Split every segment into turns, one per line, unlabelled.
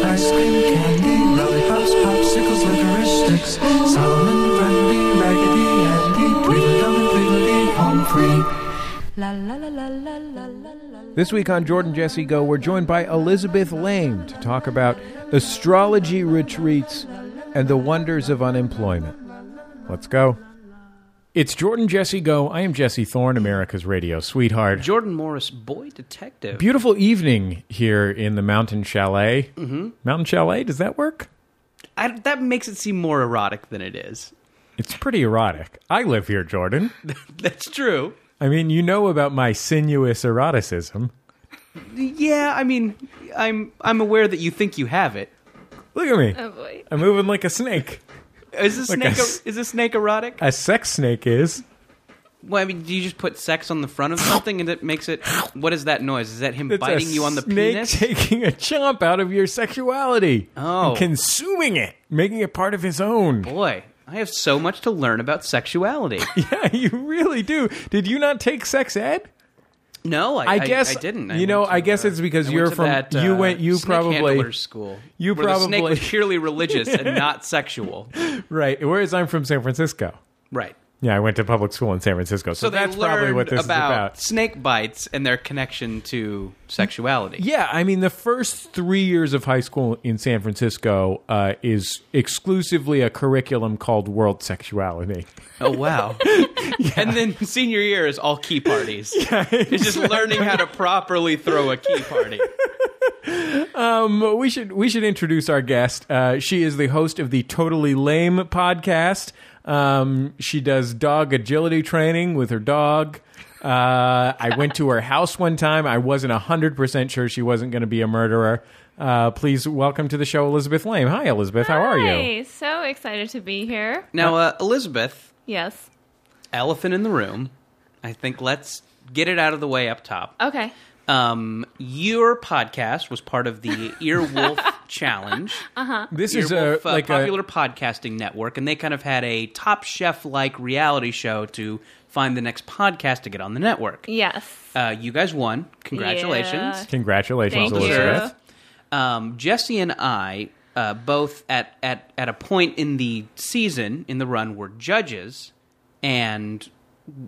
ice cream, candy, lollipops, popsicles, licorice sticks, Solomon, Grundy, Raggedy Andy, Tweedledum and Tweedledee, home free.
La la la la la la la la.
This week on Jordan Jesse Go, we're joined by Elizabeth Lame to talk about astrology retreats and the wonders of unemployment. Let's go. It's Jordan Jesse Go. I am Jesse Thorne, America's radio sweetheart.
Jordan Morris, boy detective.
Beautiful evening here in the Mountain Chalet. Mm-hmm. Mountain Chalet, does that work?
I, that makes it seem more erotic than it is.
It's pretty erotic. I live here, Jordan.
That's true.
I mean, you know about my sinuous eroticism.
Yeah, I mean, I'm I'm aware that you think you have it.
Look at me.
Oh boy.
I'm moving like a snake.
Is this
Like
snake er,
a s-
is this snake erotic?
A sex snake is.
Well, I mean, do you just put sex on the front of something and it makes it? What is that noise? Is that him
It's a
biting you on the
snake
penis?
taking a chomp out of your sexuality.
Oh.
And consuming it, making it part of his own.
Boy, I have so much to learn about sexuality.
Yeah, you really do. Did you not take sex ed?
No, I,
I guess-
I, didn't.
you know,
went to,
I guess
uh,
it's because
I went
you're
to
from-
that,
you
uh,
went- you
snake
probably-
handler's school.
you
where the snake
probably-
was purely religious and not sexual.
Right. Whereas I'm from San Francisco.
Right.
Yeah, I went to public school in San Francisco. So,
So they
that's
learned
probably what this
about,
is about.
snake bites and their connection to sexuality.
Yeah, I mean, the first three years of high school in San Francisco uh, is exclusively a curriculum called World Sexuality.
Oh wow! And then senior year is all key parties. It's just learning how to properly throw a key party.
But Um, we should we should introduce our guest. Uh, she is the host of the Totally Lame podcast. Um, she does dog agility training with her dog. Uh, I went to her house one time. I wasn't hundred percent sure she wasn't going to be a murderer. Uh, please welcome to the show, Elizabeth Lame. Hi, Elizabeth. How are you?
Hi, so excited to be here.
Now, uh, Elizabeth,
Yes.
elephant in the room. I think let's get it out of the way up top.
Okay.
Um, your podcast was part of the Earwolf Challenge.
This is a
Earwolf, uh,
like
popular
a
podcasting network, and they kind of had a Top Chef like reality show to find the next podcast to get on the network.
Yes.
Uh, you guys won. Congratulations.
congratulations,
Thank
Elizabeth.
Um, Jesse and I, uh, both at, at, at a point in the season, in the run, were judges. And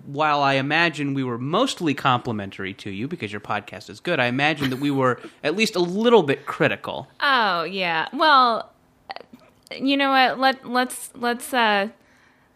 while I imagine we were mostly complimentary to you because your podcast is good, I imagine that we were at least a little bit critical.
Oh yeah. Well, uh, you know what? Let let's let's uh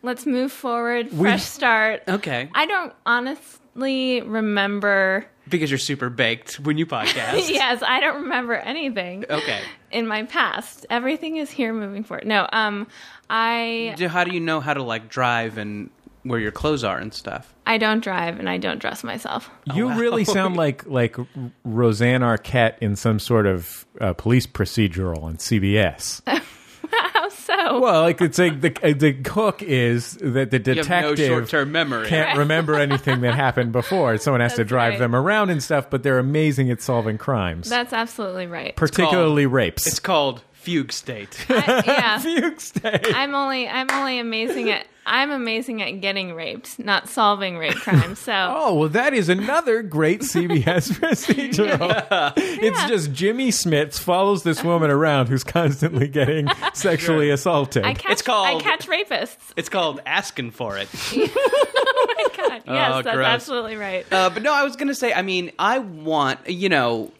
let's move forward. Fresh start.
Okay.
I don't honestly remember.
because you're super baked when you podcast.
yes, I don't remember anything
Okay.
in my past. Everything is here moving forward. No. Um. I
Do- How do you know how to like drive and where your clothes are and stuff?
I don't drive and I don't dress myself.
Oh,
You really sound like like Roseanne Arquette in some sort of uh, police procedural on CBS.
How so?
Well, like it's like the uh, the hook is that the
You have no
detective
short-term memory.
can't remember anything that happened before. Someone has to
That's
drive
right.
them around and stuff, but they're amazing at solving crimes,
That's absolutely right.
particularly
It's
rapes.
called fugue state.
I- yeah.
Fugue state.
I'm only I'm only amazing at I'm amazing at getting raped, not solving rape crimes. So
Oh well, that is another great CBS procedural. It's just Jimmy Smits follows this woman around who's constantly getting sexually assaulted.
I catch
It's called-
I catch rapists.
it's called asking for it.
God, yes,
Oh,
that's
gross.
absolutely right.
Uh, but no, I was going to say, I mean, I want, you know,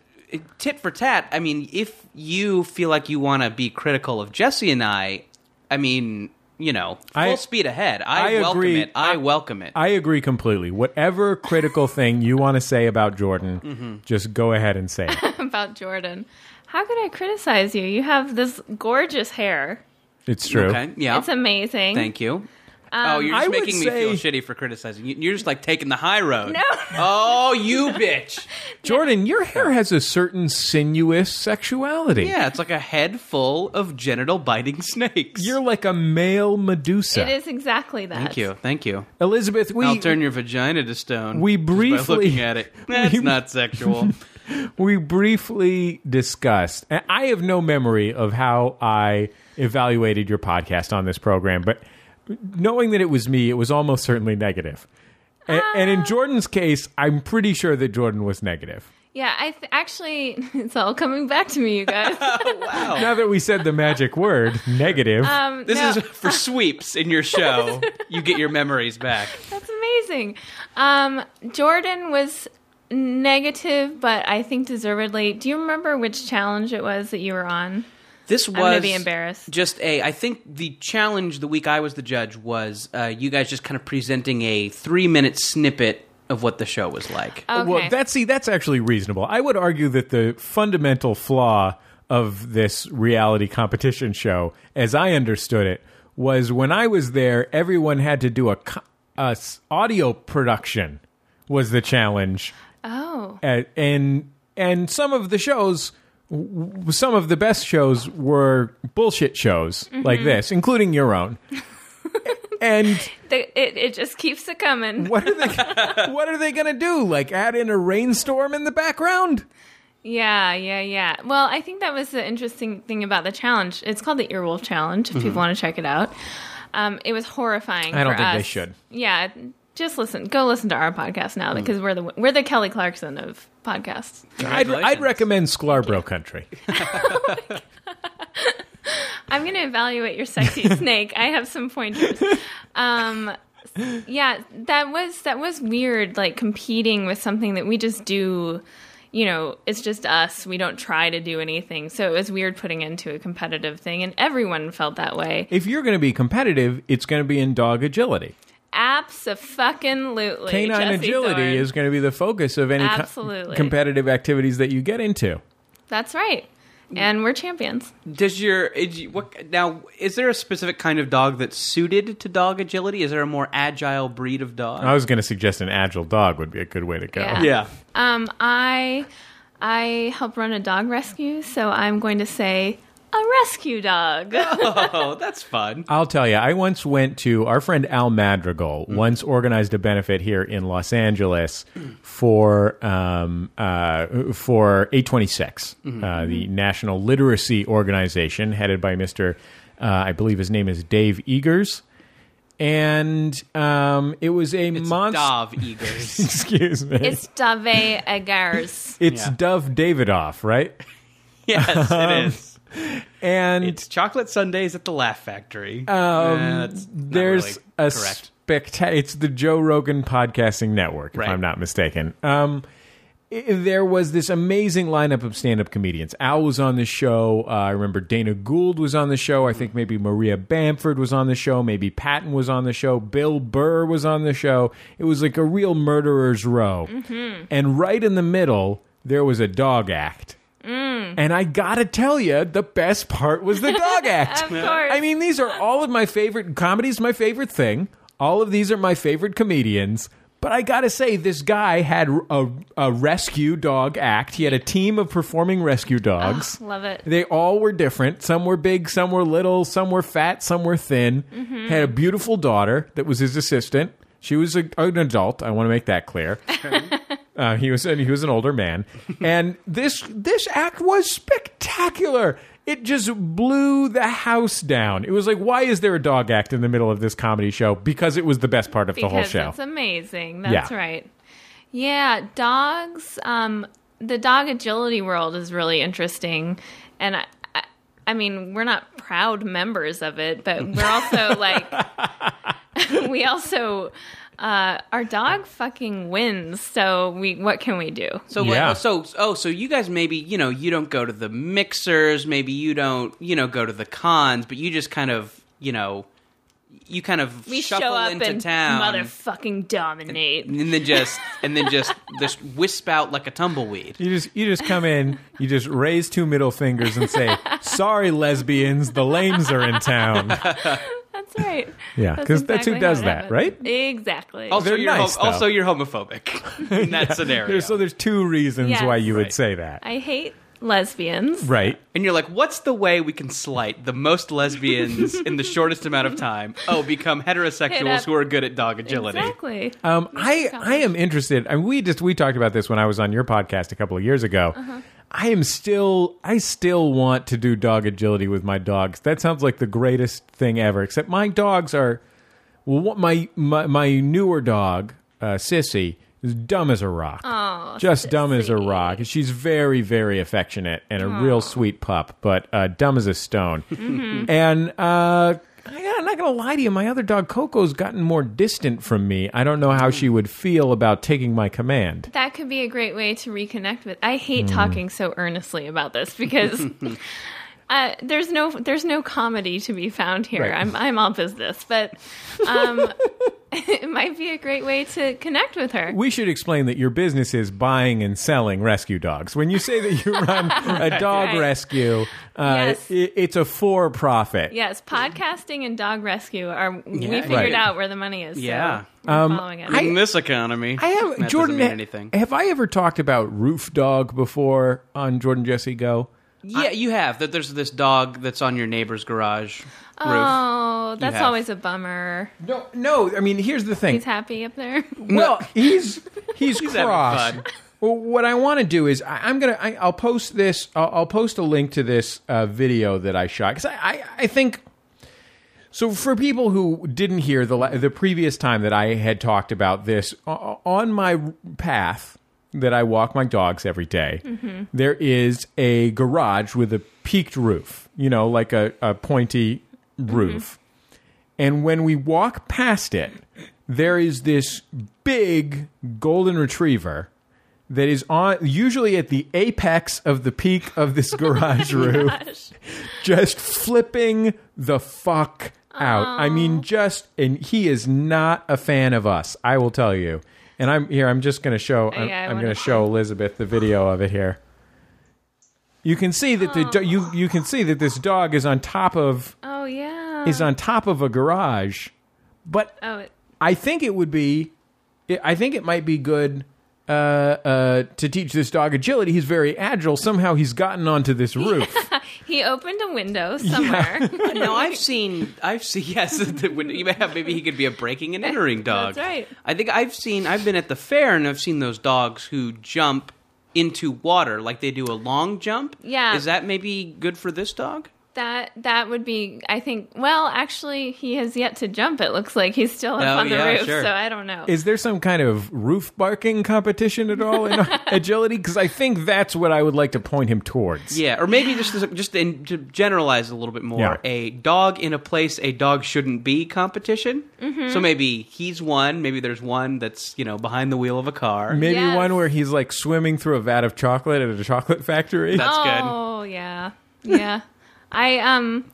tit for tat. I mean, if you feel like you want to be critical of Jesse and I, I mean, you know, full
I-
speed ahead. I,
I
welcome
agree.
it. I, welcome it.
I agree completely. Whatever critical thing you want to say about Jordan,
Mm-hmm.
just go ahead and say it.
About Jordan. How could I criticize you? You have this gorgeous hair.
It's true.
Okay. Yeah.
It's Um, amazing.
Thank you. oh, you're just
I would
making me feel
say-
shitty for criticizing. You- You're just like taking the high road.
No.
Oh, you bitch.
Jordan, your hair has a certain sinuous sexuality.
Yeah, it's like a head full of genital biting snakes.
You're like a male Medusa.
It is exactly that.
Thank you. Thank you.
Elizabeth, we
I'll turn your vagina to stone.
we
just by
briefly-
looking at it. That's not sexual.
we briefly discussed, and I have no memory of how I evaluated your podcast on this program, but knowing that it was me, it was almost certainly negative. A- And,
Ah.
in Jordan's case, I'm pretty sure that Jordan was negative.
Yeah, I th- actually, it's all coming back to me, you guys.
Now that we said the magic word, negative,
Um,
This
no,
is for sweeps in your show. You get your memories back.
that's amazing. Um, Jordan was negative, but I think deservedly. Do you remember which challenge it was that you were on?
This was
gonna be embarrassed.
Just a, I think the challenge the week I was the judge was uh, you guys just kind of presenting a three minute snippet of what the show was like.
Okay.
Well, that's see, that's actually reasonable. I would argue that the fundamental flaw of this reality competition show, as I understood it, was when I was there, everyone had to do a, co- a s- audio production was the challenge,
oh,
A- and and some of the shows. w- w- Some of the best shows were bullshit shows like
Mm-hmm.
this, including your own. and
the, it, it just keeps it coming.
what are they? What are they going to do? Like add in a rainstorm in the background?
Yeah, yeah, yeah. Well, I think that was the interesting thing about the challenge. It's called the Earwolf Challenge. If people want to check it out, um, it was horrifying.
Mm-hmm. I don't
for
think they
us.
should. Mm.
Yeah, just listen. Go listen to our podcast now because we're the we're the Kelly Clarkson of podcasts.
I'd, I'd
Congratulations.
recommend Scarborough Country.
I'm going to evaluate your sexy snake. I have some pointers. Um, yeah, that was that was weird. Like competing with something that we just do. You know, it's just us. We don't try to do anything. So it was weird putting into a competitive thing, and everyone felt that way.
If you're going to be competitive, it's going to be in dog agility.
Absolutely,
Canine
Jesse
agility
Thorne.
is going to be the focus of any co-
Absolutely.
competitive activities that you get into.
That's right, and we're champions.
Does your is you- what now? Is there a specific kind of dog that's suited to dog agility? Is there a more agile breed of dog?
I was going to suggest an agile dog would be a good way to go.
Yeah.
yeah.
Um, I I help run a dog rescue, so I'm going to say a rescue dog.
Oh, that's fun.
I'll tell you, I once went to our friend Al Madrigal
Mm.
once organized a benefit here in Los Angeles for um, uh, for eight twenty six,
Mm-hmm.
uh, the National Literacy Organization headed by Mister, uh, I believe his name is Dave Eagers, and um, it was a
It's
monster.
Dov Eagers.
Excuse me, it's,
It's Dave Eggers.
yeah.
Dove Davidoff, right?
yes, it
Um,
is.
And
It's chocolate sundaes at the Laugh Factory.
Um,
That's not
there's
really
a
correct.
spectac- It's the Joe Rogan Podcasting Network, if
Right.
I'm not mistaken. Um, i- there was this amazing lineup of stand-up comedians. Al was on the show. Uh, I remember Dana Gould was on the show. I think maybe Maria Bamford was on the show. Maybe Patton was on the show. Bill Burr was on the show. It was like a real murderer's row.
Mm-hmm.
And right in the middle, there was a dog act.
Mm.
And I gotta tell you, the best part was the dog act.
Of course.
I mean, these are all of my favorite. Comedy's my favorite thing. All of these are my favorite comedians. But I gotta say, this guy had a, a rescue dog act. He had a team of performing rescue dogs.
Love it.
They all were different. Some were big, some were little, some were fat, some were thin.
Mm-hmm.
Had a beautiful daughter that was his assistant. She was a, an adult. I want to make that clear. Uh, he was he was an older man, and this this act was spectacular. It just blew the house down. It was like, why is there a dog act in the middle of this comedy show? Because it was the best part of the whole
Because
show.
it's amazing. That's
Yeah.
right. Yeah, dogs. Um, the dog agility world is really interesting, and I, I, I mean, we're not proud members of it, but we're also like, we also. Uh, our dog fucking wins, so we what can we do?
So like,
Yeah.
so oh, so you guys maybe you know you don't go to the mixers, maybe you don't you know go to the cons, but you just kind of you know you kind of
We
shuffle
show up
into
and
town,
motherfucking dominate.
and then just and then just just wisp out like a tumbleweed.
You just you just come in, you just raise two middle fingers and say, "Sorry, lesbians, the lames are in town."
That's right.
Yeah, because that's, who
exactly
does
how it
that,
happened.
right?
Exactly.
Also,
They're
you're hom-
nice, though.
also you're homophobic in that scenario.
There's, so there's two reasons
Yes.
why you would
Right.
say that.
I hate lesbians.
right.
and you're like, what's the way we can slight the most lesbians in the shortest amount of time? Oh, become
Hit
heterosexuals
up-
who are good at dog agility.
Exactly.
Um, I I am interested. I mean, we just we talked about this when I was on your podcast a couple of years ago. I am still I still want to do dog agility with my dogs. That sounds like the greatest thing ever. Except my dogs are well, what my my, my newer dog uh, Sissy is dumb as a rock. Oh, just dumb as a rock. She's very very affectionate and a real sweet pup, but uh, dumb as a stone. And uh, I- I'm not going to lie to you, my other dog Coco's gotten more distant from me. I don't know how she would feel about taking my command.
That could be a great way to reconnect with. I hate
Hmm.
talking so earnestly about this because uh, there's no there's no comedy to be found here.
Right.
I'm I'm all business, but um, it might be a great way to connect with her.
We should explain that your business is buying and selling rescue dogs. When you say that you run a dog
Right.
rescue, uh,
Yes.
i it's a for profit.
Yes, podcasting and dog rescue are we figured
Right. Um,
out where the money is. so
Yeah.
we're following it.
In this economy,
I have
that doesn't
Jordan.
mean
ha-
anything.
Have I ever talked about Roof Dog before on Jordan Jesse Go?
yeah, you have. That there's this dog that's on your neighbor's garage roof.
oh, that's
have.
always a bummer.
No, no. I mean, here's the thing.
He's happy up there.
Well, he's he's,
having
cross.
fun.
Well, what I want to do is I, I'm gonna I, I'll post this. I'll, I'll post a link to this uh, video that I shot because I, I I think. So for people who didn't hear the la- the previous time that I had talked about this o- on my path that I walk my dogs every day,
Mm-hmm.
there is a garage with a peaked roof. You know, like a, a pointy roof.
Mm-hmm.
And when we walk past it, there is this big golden retriever that is on usually at the apex of the peak of this garage roof, just flipping the fuck out. I mean, just and he is not a fan of us. I will tell you. And I'm here. I'm just going to show. I'm,
Yeah, I
I'm
wanna-
going to show Elizabeth the video of it here. You can see that the do- you you can see that this dog is on top of
Oh yeah.
is on top of a garage, but
oh, it,
I think it would be, I- I think it might be good uh, uh, to teach this dog agility. He's very agile. Somehow he's gotten onto this roof.
he opened a window somewhere.
No, I've seen. I've seen. Yes, that when, yeah, maybe he could be a breaking and entering dog.
That's right.
I think I've seen. I've been at the fair and I've seen those dogs who jump into water like they do a long jump.
Yeah.
Is that maybe good for this dog?
That that would be, I think. Well, actually, he has yet to jump. It looks like he's still up
Oh,
on the
yeah,
roof,
sure.
so I don't know.
Is there some kind of roof barking competition at all in agility? Because I think that's what I would like to point him towards.
Yeah, or maybe just just in, to generalize a little bit more,
Yeah.
a dog in a place a dog shouldn't be competition.
Mm-hmm.
So maybe he's one. Maybe there's one that's you know behind the wheel of a car.
Maybe
Yes.
one where he's like swimming through a vat of chocolate at a chocolate factory.
That's good.
oh yeah, yeah. I um,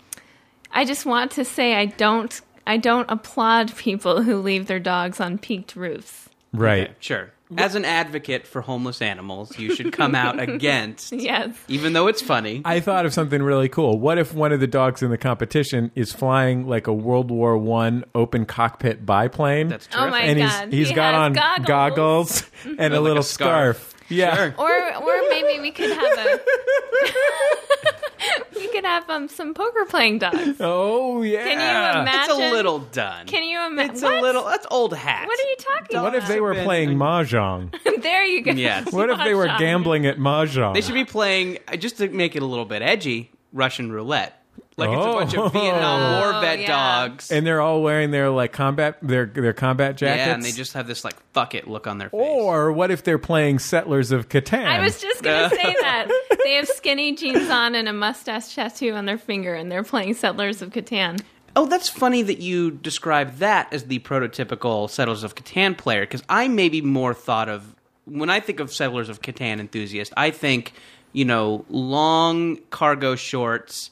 I just want to say I don't I don't applaud people who leave their dogs on peaked roofs.
right.
Sure. As an advocate for homeless animals, you should come out against,
Yes.
even though it's funny.
I thought of something really cool. What if one of the dogs in the competition is flying like a World War One open cockpit biplane?
That's true.
Oh my
and he's
god,
he's
He
got
has
on
goggles. Mm-hmm.
goggles, and a
Like
little
a scarf.
scarf. Yeah.
Sure.
Or or maybe we could have a. we could have um, some poker playing dogs.
Oh yeah.
Can you imagine?
It's a little done.
Can you imagine?
It's a little. That's old hat.
What are you talking about?
What if they were
Been-
playing mahjong?
there you go.
Yes.
What if they were
Mahjong.
gambling at mahjong?
They should be playing uh, just to make it a little bit edgy. Russian roulette. Like
Oh.
it's a bunch of Vietnam
Oh,
War vet
yeah.
dogs.
and they're all wearing their like combat their their combat jackets.
Yeah, and they just have this like fuck it look on their face.
or what if they're playing Settlers of Catan?
I was just gonna say that they have skinny jeans on and a mustache tattoo on their finger, and they're playing Settlers of Catan.
oh, that's funny that you describe that as the prototypical Settlers of Catan player because I maybe more thought of when I think of Settlers of Catan enthusiast, I think you know long cargo shorts,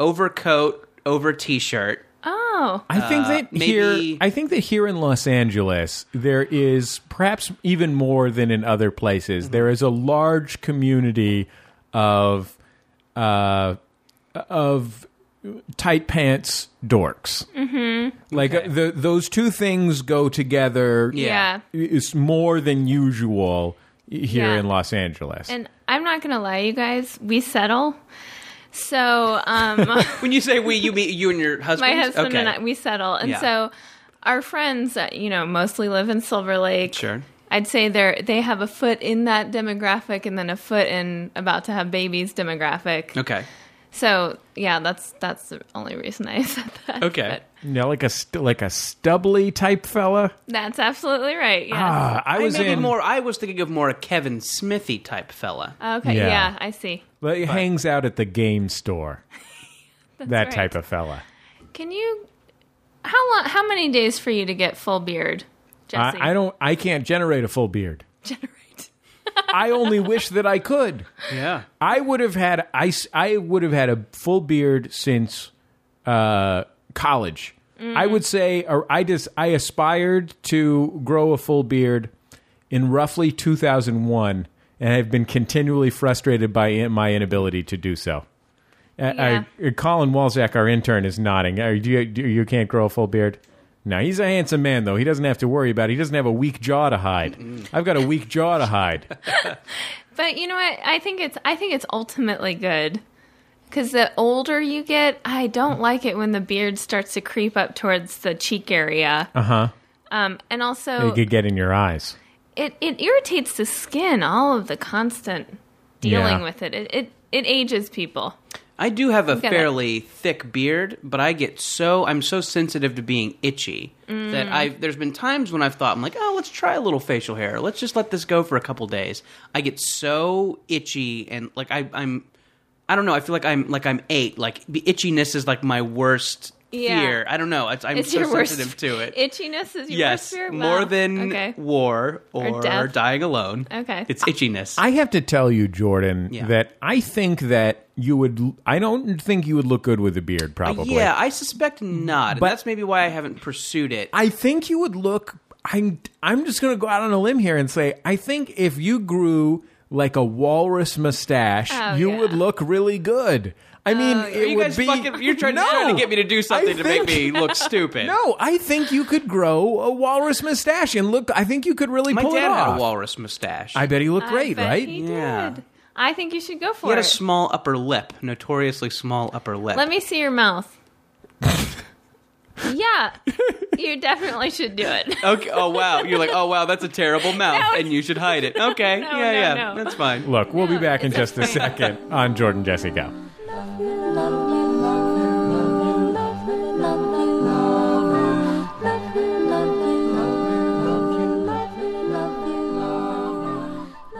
overcoat over t-shirt.
Oh,
I think that
maybe-
here, I think that here in Los Angeles, there is perhaps even more than in other places. there is a large community of, uh, of tight pants dorks. Mm-hmm. Like uh, the, those two things go together.
Yeah.
yeah.
It's more than usual here
Yeah.
in Los Angeles.
And I'm not gonna lie, you guys, we settle. So um,
When you say we, you mean you and your husband?
my husband
okay.
and I we settle, and
Yeah.
so our friends, uh, you know, mostly live in Silver Lake.
Sure.
I'd say they're they have a foot in that demographic, and then a foot in about to have babies demographic.
Okay.
So yeah, that's that's the only reason I said that.
Okay.
yeah, like a st- like a stubbly type fella.
That's absolutely right. Yeah.
Ah, I
I
was
maybe
in.
more. I was thinking of more a Kevin Smithy type fella.
okay.
Yeah.
Yeah. I see.
but he hangs out at the game store. that
right.
type of fella.
Can you? How long? How many days for you to get full beard, Jesse?
I, I don't. I can't generate a full beard.
generate.
I only wish that I could.
Yeah.
I would have had I, s- I would have had a full beard since uh, college. I would say, or I just I aspired to grow a full beard in roughly 2001, and I've been continually frustrated by in- my inability to do so. Uh,
Yeah.
uh, Colin Walzak, our intern, is nodding. Uh, do you, do you can't grow a full beard? No, he's a handsome man though. He doesn't have to worry about. it. He doesn't have a weak jaw to hide. I've got a weak jaw to hide.
But you know what? I think it's I think it's ultimately good because the older you get, I don't like it when the beard starts to creep up towards the cheek area. Uh huh. Um, and
Uh-huh. It
also,
could get in your eyes.
it, it irritates the skin. All of the constant dealing
Yeah.
with it. It, it it ages people.
I do have a
gotta-
fairly thick beard, but I get so I'm so sensitive to being itchy that
Mm.
I there's been times when I've thought I'm like, oh, let's try a little facial hair. Let's just let this go for a couple days. I get so itchy and like I, I'm I don't know. I feel like I'm like I'm eight. Like the itchiness is like my worst
Yeah.
fear. I don't know. It's, I'm
It's
so
your worst
sensitive to it.
Itchiness is your
yes,
worst fear?
more
Wow.
than
okay.
war or,
death.
dying alone.
Okay.
it's itchiness.
I have to tell you, Jordan,
Yeah.
that I think that you would. I don't think you would look good with a beard, probably.
Yeah, I suspect not. But that's maybe why I haven't pursued it.
I think you would look. I'm. I'm just going to go out on a limb here and say I think if you grew like a walrus mustache,
Oh,
you
yeah.
would look really good. I mean, it
Are Oh, you
would
guys
be.
fucking, you're trying,
No!
trying to get me to do something
I
to make me
think-
look stupid.
No, I think you could grow a walrus mustache and look. I think you could really
my
pull it
dad
off.
had a walrus mustache.
I bet he looked
I
great,
bet
right?
He
Yeah.
did. I think you should go
he
for
had
it.
a small upper lip, notoriously small upper lip.
Let me see your mouth. yeah, you definitely should do it.
Okay. Oh wow. You're like, oh wow, that's a terrible mouth,
No.
and you should hide it. Okay.
No,
yeah,
no,
yeah.
no.
That's fine.
Look, we'll be back in
it's
just a
okay.
second on Jordan Jesse Go.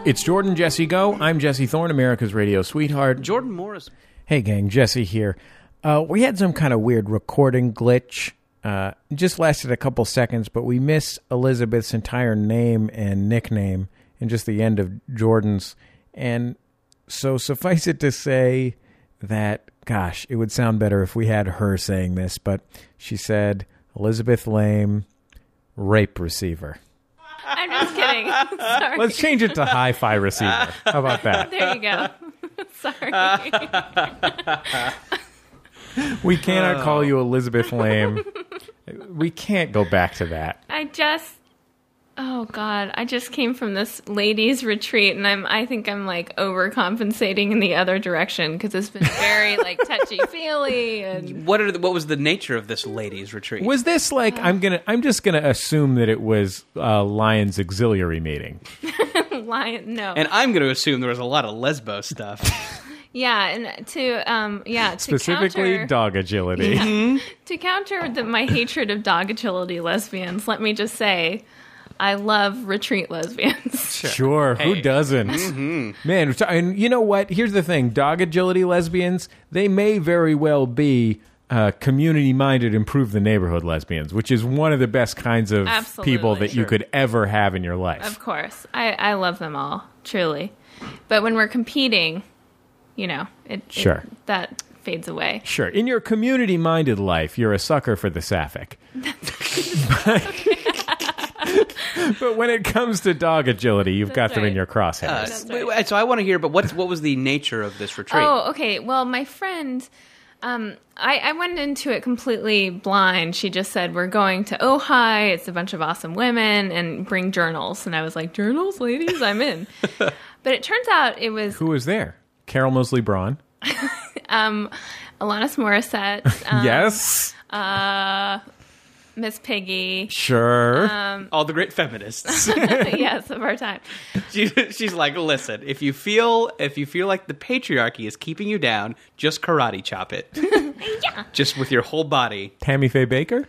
It's Jordan Jesse Go. I'm Jesse Thorne, America's radio sweetheart.
Jordan Morris.
Hey, gang, Jesse here. Uh, we had some kind of weird recording glitch. Uh, it just lasted a couple seconds, but we missed Elizabeth's entire name and nickname and just the end of Jordan's. And so suffice it to say that, gosh, it would sound better if we had her saying this, but she said, Elizabeth Lame, rape receiver.
I'm just kidding. Sorry.
Let's change it to hi fi receiver. How about that?
there you go. Sorry.
We cannot call you Elizabeth Lame. We can't go back to that.
I just Oh god, I just came from this ladies retreat and I'm I think I'm like overcompensating in the other direction cuz it's been very like touchy-feely and
What are the, what was the nature of this ladies' retreat?
Was this like I'm gonna? I'm just gonna assume that it was uh, Lions auxiliary meeting.
lion no.
and I'm going to assume there was a lot of lesbo stuff.
yeah, and to um yeah, to
Specifically,
counter,
dog agility.
to counter the, my hatred of dog agility lesbians, let me just say I love retreat lesbians.
Sure, who doesn't? Man, so- and you know what? Here's the thing: dog agility lesbians. They may very well be uh, community-minded, improve the neighborhood lesbians, which is one of the best kinds of
Absolutely.
people that you could ever have in your life.
Of course. I, I love them all, truly. But when we're competing, you know, it, it-
Sure.
that fades away.
Sure. In your community minded life, you're a sucker for the sapphic. but when it comes to dog agility, you've got
That's
them in
right. Uh,
your
Uh,
crosshairs.
That's
Wait,
right.
wait, so I want to hear, but what's what was the nature of this retreat?
Oh, okay. Well, my friend Um, I, I went into it completely blind. She just said, We're going to Ojai. It's a bunch of awesome women and bring journals. And I was like, Journals, ladies? I'm in. but it turns out it was
Who was there? Carol Mosley Braun.
Alanis Morissette, um,
yes.
Miss Piggy.
Sure.
um,
All the great feminists.
yes, of our time.
she, she's like, listen, if you feel if you feel like the patriarchy is keeping you down, just karate chop it. Just with your whole body.
Tammy Faye Baker.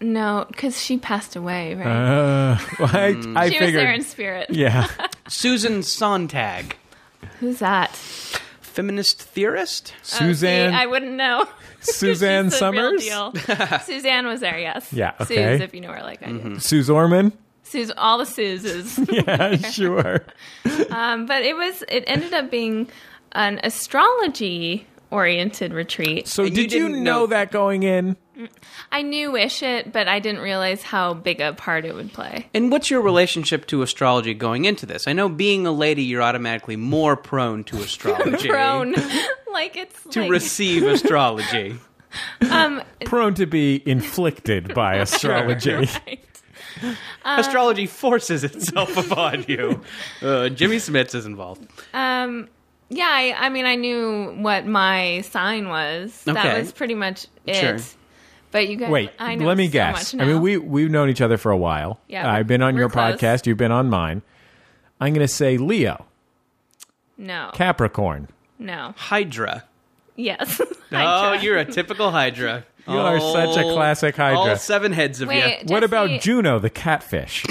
No, because she passed away, right?
Uh, well, I, I
she was
figured.
there in spirit.
yeah.
Susan Sontag,
Who's that?
feminist theorist.
Suzanne.
See, I wouldn't know.
Suzanne
She's the real
Summers.
deal. Suzanne was there, yes.
Yeah,
Suze,
okay. Mm-hmm.
if you know her like I do.
Suze Orman.
Suze, all the Suzes.
Yeah, sure.
Um, but it was. It ended up being an astrology-oriented retreat.
So
And you
did you,
didn't
know
know-
that going in?
I knew wish it, but I didn't realize how big a part it would play.
And what's your relationship to astrology going into this? I know being a lady, you're automatically more prone to astrology.
Prone, like it's
To
like,
receive astrology.
um,
Prone to be inflicted by astrology.
right. Uh,
astrology forces itself upon you. Uh, Jimmy Smits is involved.
Um, yeah, I, I mean, I knew what my sign was. That
Okay.
was pretty much it.
Sure.
But you guys,
Wait,
I know
let me
so
guess.
much
I mean,
now.
we we've known each other for a while. Uh,
Yeah,
I've been on
we're
your
close.
podcast. You've been on mine. I'm going to say Leo,
no,
Capricorn.
no,
Hydra.
yes.
Oh,
I just-
you're a typical Hydra.
You are such a classic Hydra.
All seven heads of
Wait,
what about
Jesse,
Juno, the catfish?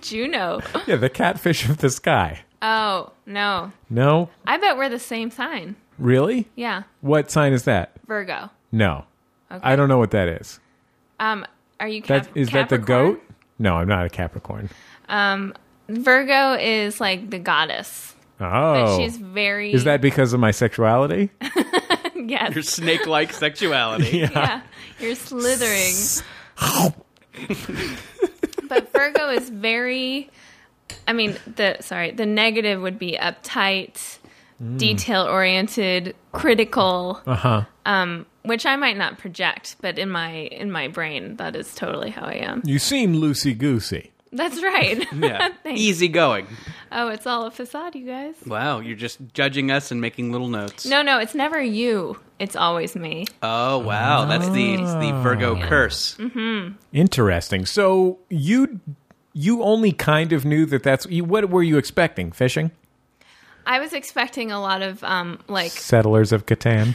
Juno?
yeah, the catfish of the sky.
Oh no,
No,
I bet we're the same sign.
really?
Yeah,
What sign is that?
Virgo.
No, I don't know what that is.
Um, are you Cap-
That is that the
Capricorn?
goat? No, I'm not a Capricorn.
Um, Virgo is like the goddess, but
Oh,
she's very
is that because of my sexuality?
yes,
your snake like sexuality.
yeah, you're slithering. but Virgo is very. I mean, the sorry, the negative would be uptight, detail oriented, critical.
Uh huh.
Um, which I might not project, but in my in my brain, that is totally how I am.
You seem loosey goosey.
That's right.
Yeah. E-
Thanks.
Easy going.
Oh, it's all a facade, you guys.
Wow, you're just judging us and making little notes.
No, no, it's never you. It's always me.
Oh wow, that's the it's
Ah.
the Virgo curse.
Mm-hmm.
Interesting. So you you only kind of knew that that's you, what were you expecting? Fishing?
I was expecting a lot of um, like
Settlers of Catan.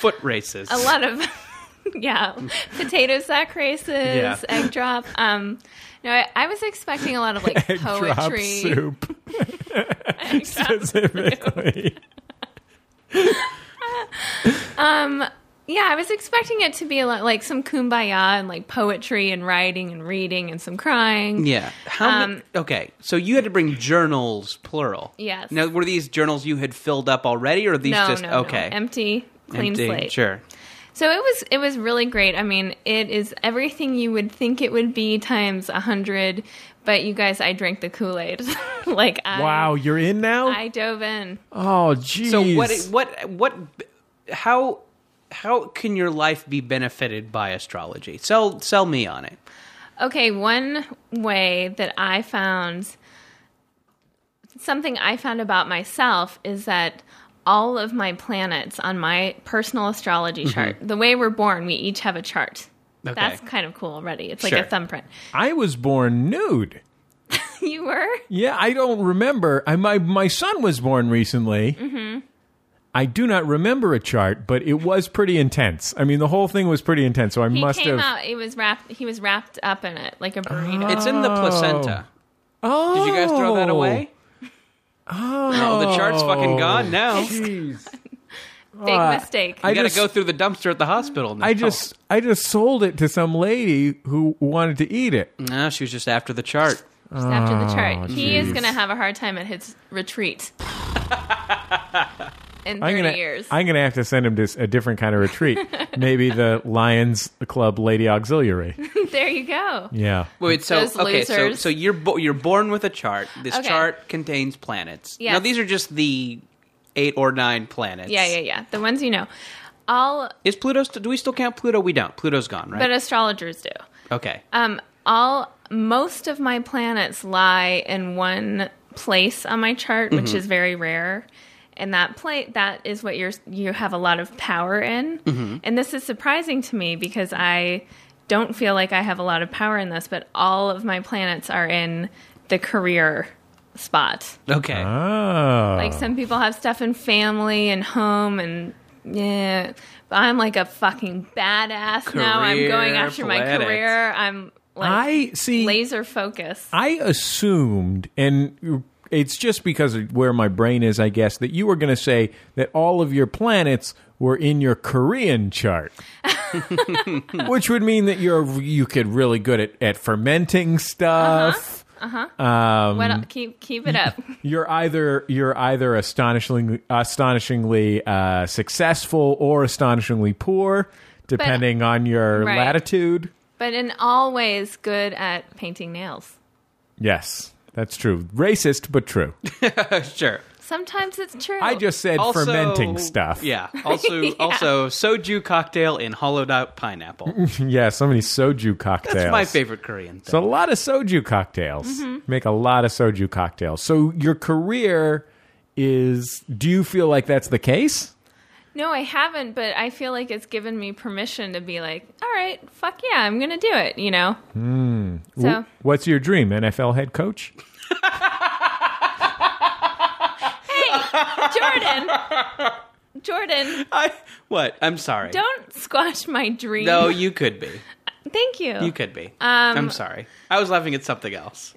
Foot races.
a lot of yeah potato sack races
Yeah.
egg drop um no I, I was expecting a lot of like
Drop
poetry
soup
Egg drop.
specifically.
yeah i was expecting it to be a lot like some kumbaya and like poetry and writing and reading and some crying
yeah. How ma-
Um,
okay, so you had to bring journals plural.
Yes.
Now were these journals you had filled up already or are these
no
just
no no.
okay?
empty clean
Empty,
slate
Sure.
so it was it was really great i mean it is everything you would think it would be times a hundred but you guys i drank the kool-aid like i
wow, you're in now?
i dove in
oh, jeez.
So what what what how how can your life be benefited by astrology? Sell sell me on it.
Okay, one way that I found something I found about myself is that all of my planets on my personal astrology
Mm-hmm.
chart, the way we're born, we each have a chart.
Okay.
That's kind of cool already. It's like
Sure.
a thumbprint.
I was born nude.
You were?
Yeah, I don't remember. I my my son was born recently.
Mm-hmm.
I do not remember a chart, but it was pretty intense. I mean, the whole thing was pretty intense. So I
He
must
came
have.
out it was wrapped he was wrapped up in it like a burrito.
It's in the placenta.
Oh,
Did you guys throw that away? Oh, the chart's fucking gone now. You
Jeez.
Big
uh,
mistake.
Oh. I-
gotta
just-
go through the dumpster at the hospital. Now.
I just I just sold it to some lady who wanted to eat it.
Oh. no, she was just after the chart.
Just after the chart.
Oh,
He is
jeez.
gonna have a hard time at his retreat. in 30
I'm gonna
years.
I'm gonna have to send him to s- a different kind of retreat. Maybe the Lions Club Lady Auxiliary.
there you go.
Yeah.
Wait, so
Those
okay, so
losers.
so you're bo- you're born with a chart. This
Okay.
chart contains planets.
Yes.
Now these are just the eight or nine planets.
Yeah, yeah, yeah. The ones you know. all
Is Pluto? St- do we still count Pluto? We don't. Pluto's gone,
but
right?
astrologers do.
okay.
Um, all most of my planets lie in one place on my chart, which is very rare. And that plate that is what you're you have a lot of power in. And this is surprising to me because I don't feel like I have a lot of power in this, but all of my planets are in the career spot.
okay.
Oh.
Like some people have stuff in family and home and yeah, but I'm like a fucking badass now. I'm going
Career
after my
planets.
career. I'm like
I see.
laser focused.
I assumed, and it's just because of where my brain is, I guess, that you were going to say that all of your planets were in your Korean chart, which would mean that you're you could really good at, at fermenting
Uh-huh.
stuff.
What el- keep keep it up.
You're either you're either astonishingly astonishingly uh, successful or astonishingly poor, depending on your
Right.
latitude.
but in all ways good at painting nails.
Yes, that's true. Racist, but true.
sure.
Sometimes it's true.
I just said
Also,
fermenting stuff.
Yeah. Also, also soju cocktail in hollowed out pineapple.
Yeah, so many soju cocktails.
That's my favorite Mm-hmm. Korean thing.
So a lot of soju cocktails. Make a lot of soju cocktails. So your career is do you feel like that's the case?
no, I haven't, but I feel like it's given me permission to be like, all right, fuck yeah, I'm gonna do it. You know. So
What's your dream, NFL head coach?
Jordan, Jordan,
I what? I'm sorry.
don't squash my dream.
no, you could be.
Thank you.
You could be. I'm sorry. I was laughing at something else.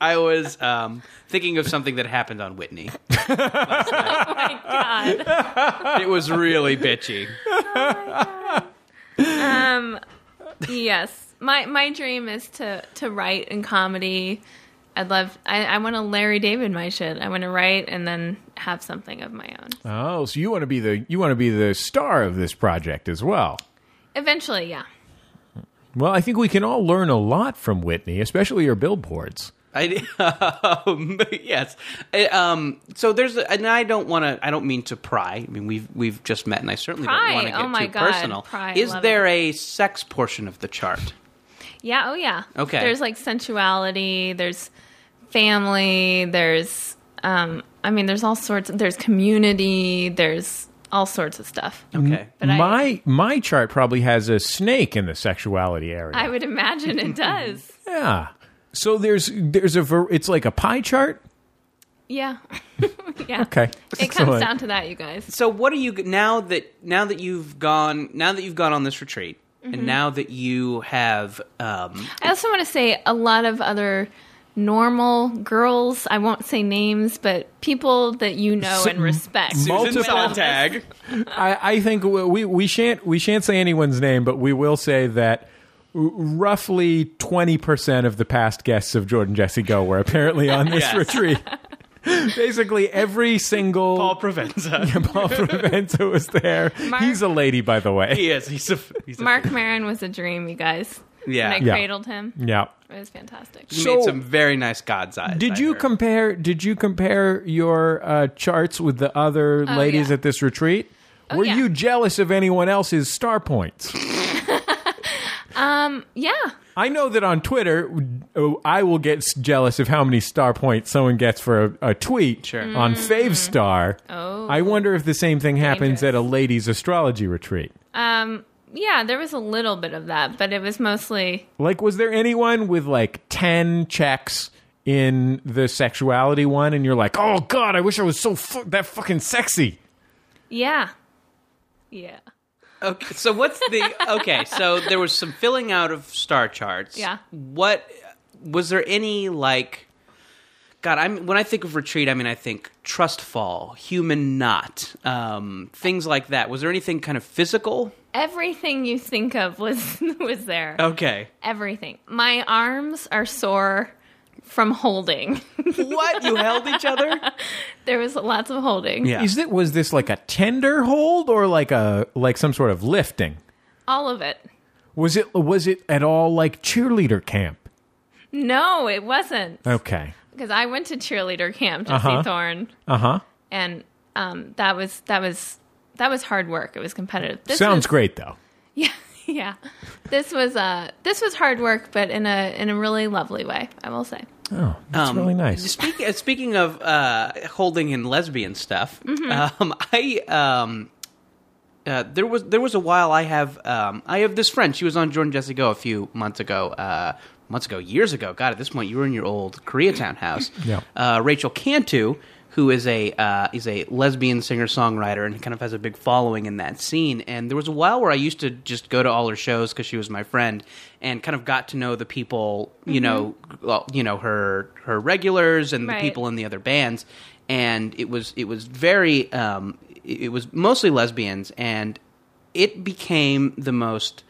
I was um, thinking of something that happened on Whitney.
God.
It was really bitchy.
Yes. My my dream is to to write in comedy. I'd love I, I want to Larry David my shit. I want to write and then have something of my own.
Oh, so you want to be the you want to be the star of this project as well.
Eventually, yeah.
Well, I think we can all learn a lot from Whitney, especially your billboards.
I um, yes. I, um, so there's, a, and I don't want to. I don't mean to pry. I mean we've we've just met, and I certainly
Pry.
don't want to get
Oh my
too
God.
personal.
Pry.
Is
Love
there a sex portion of the chart?
Yeah, oh yeah.
Okay.
There's like sensuality, there's family, there's um I mean there's all sorts there's community, there's all sorts of stuff.
Okay.
But I-
my my chart probably has a snake in the sexuality area.
I would imagine it does.
yeah. So there's there's a ver- it's like a pie chart.
Yeah. yeah.
Okay. uh,
It comes
Excellent.
down to that, you guys.
So what are you now that now that you've gone now that you've gone on this retreat
Mm-hmm.
and now that you have um,
I also want to say a lot of other normal girls, I won't say names, but people that you know and respect.
multiple-
Sontag,
I, I think we, we we shan't we shan't say anyone's name, but we will say that r- roughly twenty percent of the past guests of Jordan Jesse Go were apparently on this
Yes.
retreat. Basically, every single
Paul Provenza.
Paul Provenza was there.
Mark-
He's a lady, by the way.
He is. He's a. He's a
Mark Marin was a dream, you guys.
Yeah.
When I
Yeah.
cradled him.
Yeah.
It was fantastic.
He
So-
made some very nice God's eyes.
Did
I
you
heard.
compare? Did you compare your uh, charts with the other ladies
Oh, yeah. Oh,
at this retreat? Were
yeah.
you jealous of anyone else's star points?
Yeah.
I know that on Twitter, oh, I will get s- jealous of how many star points someone gets for a, a tweet
Sure.
on Fave Star. Oh. I wonder if the same thing happens
Mm. Dangerous.
at a ladies' astrology retreat.
Um, yeah, there was a little bit of that, but it was mostly
Like, was there anyone with like 10 checks in the sexuality one, and you're like, oh God, I wish I was so fu- that fucking sexy?
yeah. Yeah.
Okay, so what's the okay? So there was some filling out of star charts.
Yeah.
What was there any like? God, I'm when I think of retreat, I mean I think trust fall, human knot, um, things like that. Was there anything kind of physical?
Everything you think of was was there.
Okay,
Everything. My arms are sore from holding.
what you held each other?
there was lots of holding.
Yeah.
Is it was this like a tender hold or like a like some sort of lifting?
All of it.
Was it was it at all like cheerleader camp?
No, it wasn't.
Okay.
Because I went to cheerleader camp, Jesse
Uh-huh.
Thorne,
Uh huh.
and um, that was that was that was hard work. It was competitive. This
Sounds
was-
great though.
Yeah, yeah. This was uh this was hard work, but in a in a really lovely way. I will say.
Oh, that's really nice.
Speak, uh, speaking of uh, holding and lesbian stuff, um, I um, uh, there was there was a while I have um, I have this friend. She was on Jordan Jesse Go a few months ago. Uh, months ago, years ago. God, at this point, you were in your old Koreatown house.
Yeah.
Uh, Rachel Cantu, who is a uh, is a lesbian singer songwriter and kind of has a big following in that scene. And there was a while where I used to just go to all her shows because she was my friend and kind of got to know the people, you know, well, you know her her regulars and the
Right.
people in the other bands. And it was it was very um, it it was mostly lesbians and it became the most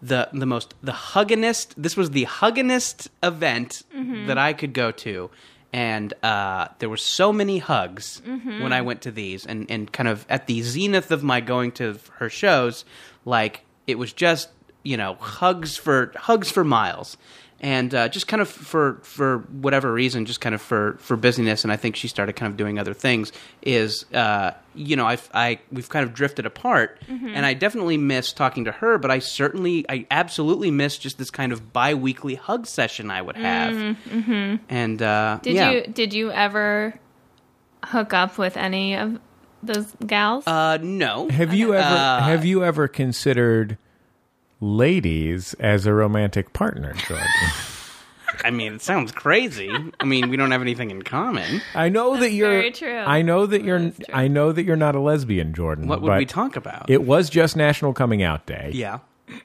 the the most the hugginest this was the hugginest event that I could go to and uh, there were so many hugs when I went to these and and kind of at the zenith of my going to her shows like it was just you know hugs for hugs for miles and uh, just kind of for for whatever reason just kind of for for busyness and i think she started kind of doing other things is uh, you know I've, i we've kind of drifted apart
Mm-hmm.
and i definitely miss talking to her but i certainly i absolutely miss just this kind of bi-weekly hug session i would have and uh,
Mm-hmm. Did
yeah.
you did you ever hook up with any of those gals?
uh, no
Have you ever have you ever considered ladies as a romantic partner, George?
i mean it sounds crazy i mean we don't have anything in common
I know that you're
very true.
I know that you're
That's true.
I know that you're not a lesbian, Jordan.
what would
but
we talk about
It was just National Coming Out Day.
yeah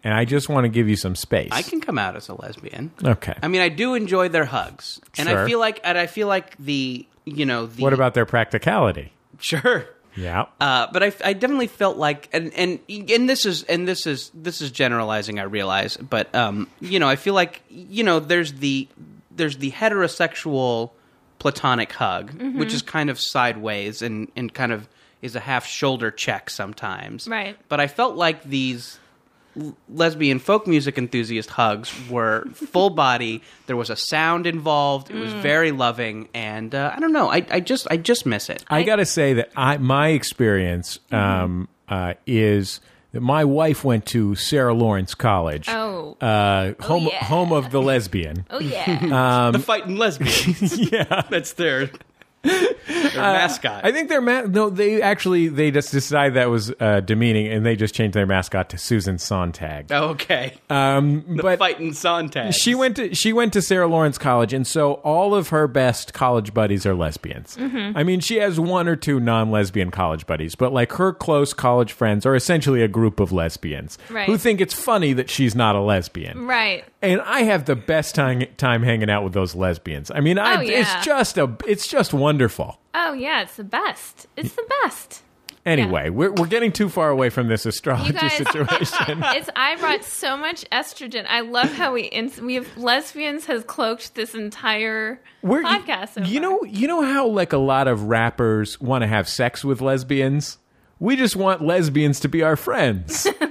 And I just want to give you some space.
i can come out as a lesbian
Okay.
I mean, I do enjoy their hugs, and
Sure.
I feel like, and I feel like the, you know, the
what about their practicality?
sure?
Yeah.
Uh, but I, I definitely felt like, and and and this is and this is this is generalizing, I realize, but um, you know, I feel like you know, there's the there's the heterosexual platonic hug, which is kind of sideways and and kind of is a half shoulder check sometimes,
Right.
But I felt like these lesbian folk music enthusiast hugs were full body. There was a sound involved. It was very loving, and uh, I don't know. I, I just I just miss it.
I got to say that I my experience
Mm-hmm.
um, uh, is that my wife went to Sarah Lawrence College,
oh,
uh, home
yeah.
home of the lesbian.
oh yeah.
the fighting lesbians. yeah, that's their their mascot.
Uh, I think their ma- no, they actually they just decided that was uh, demeaning, and they just changed their mascot to Susan Sontag.
okay,
Um,
Oh, the
but
fighting Sontag.
she went to she went to Sarah Lawrence College, and so all of her best college buddies are lesbians.
Mm-hmm.
I mean, she has one or two non-lesbian college buddies, but like her close college friends are essentially a group of lesbians
Right. Mm.
who think it's funny that she's not a lesbian.
right.
And I have the best time time hanging out with those lesbians. I mean, I,
Oh, yeah.
it's just a it's just wonderful.
Oh yeah. It's the best. It's the best.
Anyway, we're, we're getting too far away from this astrology
guys-
situation.
It's I brought so much estrogen. I love how we ins- we have lesbians has cloaked this entire
We're,
podcast. so
you
far.
know, you know how like a lot of rappers want to have sex with lesbians. We just want lesbians to be our friends.
Yeah,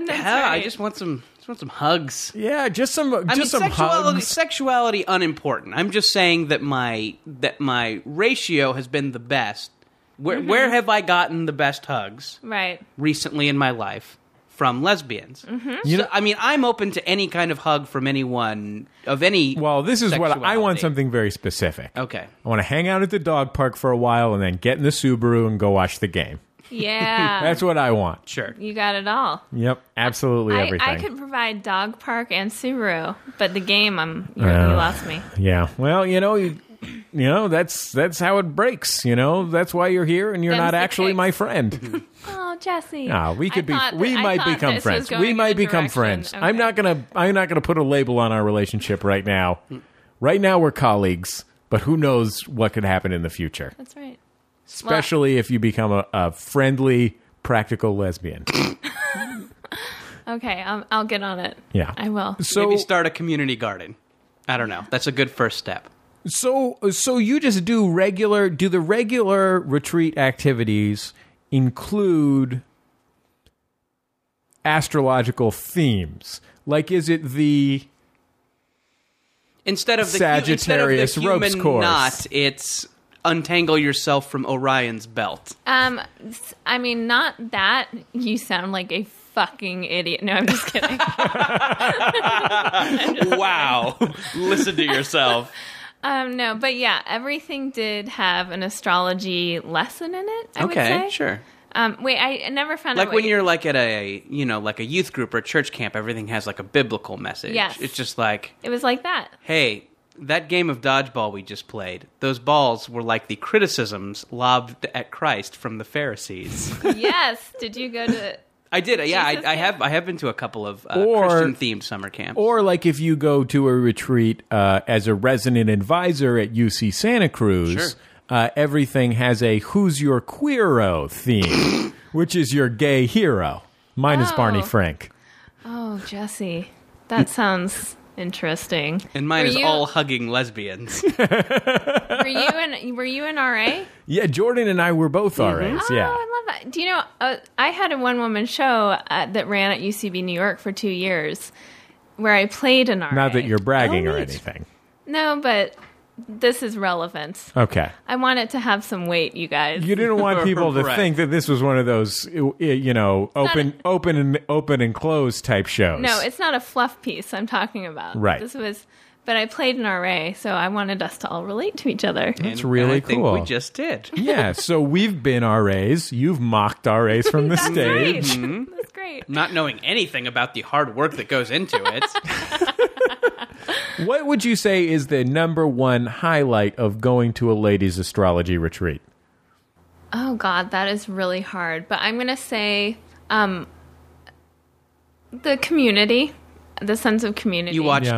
I
right.
just want some just want some hugs.
yeah, just some,
I
just
mean,
some
sexuality,
hugs.
sexuality unimportant. I'm just saying that my that my ratio has been the best. Where
Mm-hmm.
where have I gotten the best hugs
right?
recently in my life from lesbians?
Mm-hmm.
You know, I mean, I'm open to any kind of hug from anyone of any.
Well, this is what I, I want.
sexuality.
Something very specific.
Okay.
I want to hang out at the dog park for a while and then get in the Subaru and go watch the game.
Yeah,
That's what I want.
Sure.
you got it all.
Yep, absolutely
I,
everything.
I could provide dog park and Subaru, but the game, I'm you, you
Uh.
lost me.
Yeah. Well, you know, you, you know that's that's how it breaks. You know, that's why you're here, and you're
Them's
not
the
actually
kicks.
my friend.
Oh, Jesse.
Ah, we could be.
I thought
we
that- I
might
thought
become
this was
friends.
going
We
in
might
a
become
direction.
friends.
Okay.
I'm not gonna. I'm not gonna put a label on our relationship right now. right now, we're colleagues, but who knows what could happen in the future?
That's right.
Especially if you become a, a friendly, practical lesbian.
Okay, um, I'll get on it.
Yeah.
I will.
So
Maybe start a community garden. I don't know. That's a good first step.
So so you just do regular do the regular retreat activities include astrological themes? Like is it the
Instead of the hu- instead of the
Sagittarius ropes
human
course.
knot, it's untangle yourself from Orion's belt.
Um, s- I mean, not that you sound like a fucking idiot. No, I'm just kidding.
wow. Listen to yourself.
um, no, but yeah, everything did have an astrology lesson in it. I would
okay,
say.
sure.
Um, wait, I I never found out.
Like
what
when
you-
you're like at a, you know, like a youth group or church camp, everything has like a biblical message.
Yes.
It's just like,
it was like that.
hey, that game of dodgeball we just played, those balls were like the criticisms lobbed at Christ from the Pharisees.
yes. Did you go to?
I did. uh, Yeah,
Jesus
I, I
camp?
have. I have been to a couple of uh,
Or-
Christian-themed summer camps.
Or like if you go to a retreat uh, as a resident advisor at UC Santa Cruz,
Sure.
uh, everything has a "Who's your queero" theme, which is your gay hero. Mine is Barney
Oh.
Frank.
Oh, Jesse, that sounds interesting.
and mine
Were
is
you-
all hugging lesbians.
Were you an Were you an RA?
Yeah, Jordan and I were both RAs.
Oh,
Yeah,
I love that. Do you know? Uh, I had a one woman show uh, that ran at UCB New York for two years, where I played an RA.
not that you're bragging
Oh,
or
neat.
anything.
No, but this is relevant.
Okay,
I want it to have some weight, you guys.
you didn't want people to
Right.
think that this was one of those, uh, you know, open, open and open and closed type shows.
no, it's not a fluff piece I'm talking about.
Right.
This was, but I played an RA, so I wanted us to all relate to each other.
And- and
really
I think
cool.
we just did.
yeah. So we've been RAs. You've mocked RAs from the
That's
stage.
great. That's great.
Not knowing anything about the hard work that goes into it.
What would you say is the number one highlight of going to a ladies' astrology retreat?
Oh God, that is really hard. But I'm gonna say um, the community, the sense of community.
you watch
Yeah.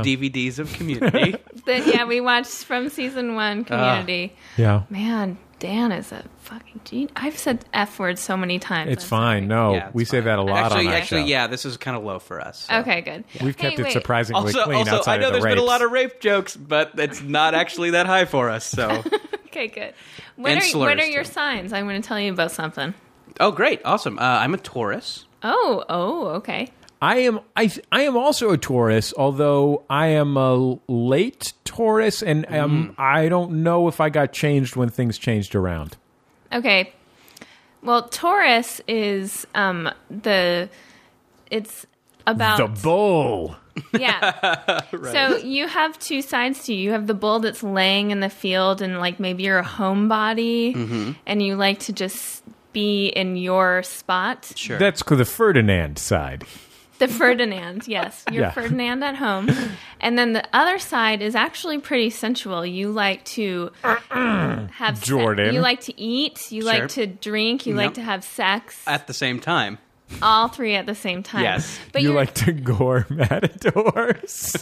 DVDs of Community.
But, yeah, we watched from season
Ah.
one Community.
Yeah.
Man, Dan is a fucking genius. I've said f word so many times.
It's
I'm
fine.
sorry.
No,
Yeah, it's
we say
fine.
that a lot
actually,
on our
actually,
show.
yeah, this is kind of low for us. so.
Okay, good.
We've kept
Hey,
it
wait.
surprisingly
Also,
clean
also,
outside
I know
of the
there's been a
rapes.
lot of rape jokes, but it's not actually that high for us. So,
Okay, good. What
And
are
slurs,
what are your
too.
signs? I'm going to tell you about something.
oh, great, awesome. Uh, I'm a Taurus.
Oh, oh, okay.
I am I th- I am also a Taurus, although I am a late Taurus, and
Mm-hmm.
um, I don't know if I got changed when things changed around.
Okay. Well, Taurus is um the it's about
The bull.
Yeah. So you have two sides to you. You have the bull that's laying in the field, and like maybe you're a homebody,
Mm-hmm.
and you like to just be in your spot.
Sure.
That's the Ferdinand side.
The Ferdinand, yes, you're
Yeah.
Ferdinand at home. And then the other side is actually pretty sensual. You like to have se-
Jordan.
you like to eat. You
Sure.
like to drink. You
Yep.
like to have sex.
At the same time,
all three at the same time.
Yes.
but
you
you're-
like to gore matadors.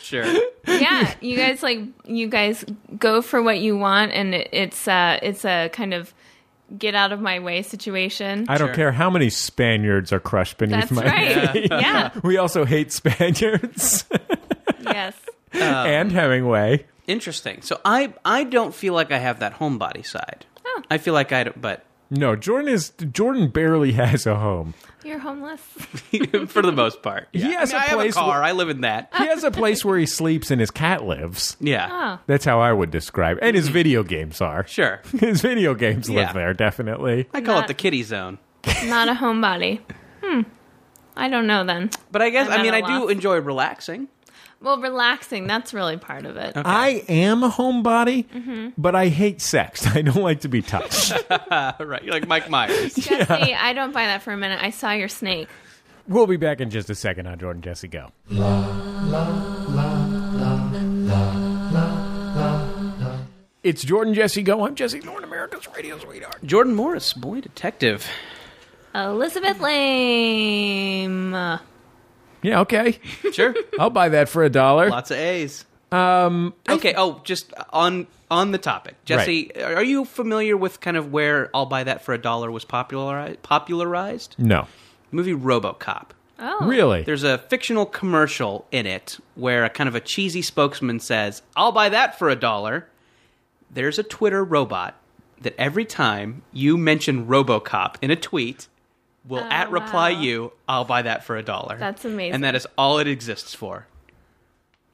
sure.
yeah you guys like you guys go for what you want and it, it's uh it's a kind of get out of my way situation
I don't
Sure.
care how many Spaniards are crushed beneath
that's
my
right
feet.
yeah,
We also hate Spaniards
yes
Um.
and Hemingway.
Interesting. So, I I don't feel like I have that homebody side.
Oh.
I feel like I, don't, but
No, Jordan is Jordan barely has a home.
you're homeless
for the most part, yeah.
He has
I mean,
a
I have
place
car.
where-
I live in that.
Uh,
He has a place where he sleeps and his cat lives.
Yeah.
oh
That's how I would describe. And his video games are.
Sure.
His video games
Yeah.
live there definitely.
I call it
Not-
the kitty zone.
not a homebody hmm i don't know then
But I guess
I'm
I mean I
at a
do
loss.
enjoy relaxing.
well relaxing that's really part of it
I am a homebody,
Mm-hmm.
but I hate sex. I don't like to be touched.
right. You're like Mike Myers.
Jesse, I don't buy that for a minute. I saw your snake.
we'll be back in just a second on Jordan Jesse Go. It's Jordan Jesse Go. I'm Jesse Jordan, America's radio sweetheart.
Jordan Morris, boy detective.
Elizabeth Lame. Oh,
Yeah, okay.
Sure.
I'll buy that for a dollar.
Lots of A's. Um Okay, oh, just on on the topic. Jesse, are you familiar with kind of where I'll buy that for a dollar was popularized popularized?
No.
Movie RoboCop.
Oh,
Really?
There's a fictional commercial in it where a kind of a cheesy spokesman says, "I'll buy that for a dollar." There's a Twitter robot that every time you mention RoboCop in a tweet will at reply
Oh, wow.
you, "I'll buy that for a dollar."
That's amazing.
And that is all it exists for.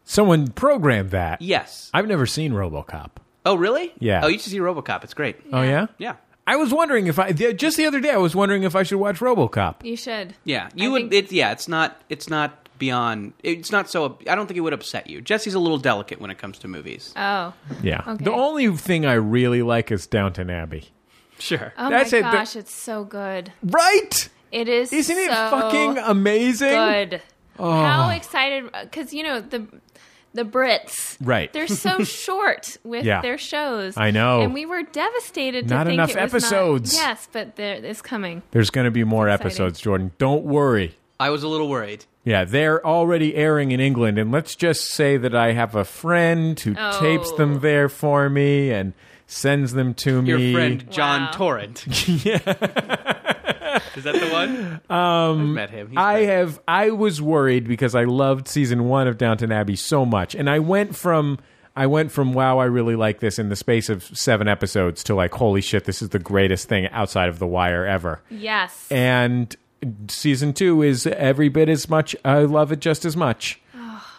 Someone programmed that.
Yes.
I've never seen RoboCop.
Oh, really?
Yeah.
Oh, you should see RoboCop. It's great.
Oh yeah.
Yeah.
I was wondering if I the, just the other day I was wondering if I should watch RoboCop.
You should.
Yeah,
I
you would.
think-
It, yeah, it's not. It's not beyond. It's not so. I don't think it would upset you. Jesse's a little delicate when it comes to movies.
Oh.
Yeah.
Okay.
The only thing I really like is Downton Abbey.
Sure.
Oh
That's
my
it, but-
gosh, it's so good.
Right?
It is.
Isn't it
so
fucking amazing?
good?
Oh.
How excited? Because you know the the Brits,
Right.
They're so short with
Yeah.
their shows.
I know.
and we were devastated. To
Not
think
enough
it was
episodes.
Not, yes, but there, it's coming.
There's going to be more
Exciting.
episodes, Jordan. Don't worry.
I was a little worried.
Yeah, they're already airing in England, and let's just say that I have a friend who
Oh.
tapes them there for me and sends them to
Your
me.
friend John
Wow.
Torrent. yeah. Is that the one? Um, I've met him. He's
I
great.
have. I was worried because I loved season one of Downton Abbey so much, and I went from I went from wow, I really like this in the space of seven episodes to like holy shit, this is the greatest thing outside of The Wire ever.
Yes,
And season two is every bit as much. I love it just as much.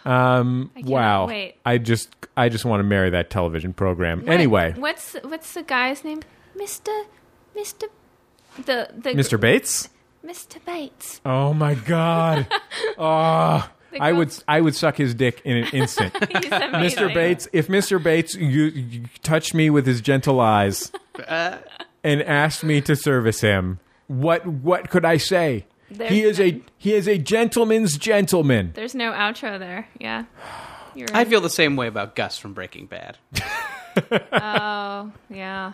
Um,
cannot
wow!
wait.
I just I just want to marry that television program. anyway,
What- what's what's the guy's name? Mister, Mister, the the
Mr. Bates.
Mister Bates.
Oh my god! oh, I
girl-
would I would suck his dick in an instant.
He's amazing.
Mr. Bates, if Mr. Bates you, you touched me with his gentle eyes
Uh.
and asked me to service him, what what could I say?
There's
he is a he is a gentleman's gentleman.
There's no outro there. Yeah. You're
I
right.
feel the same way about Gus from Breaking Bad.
oh, yeah.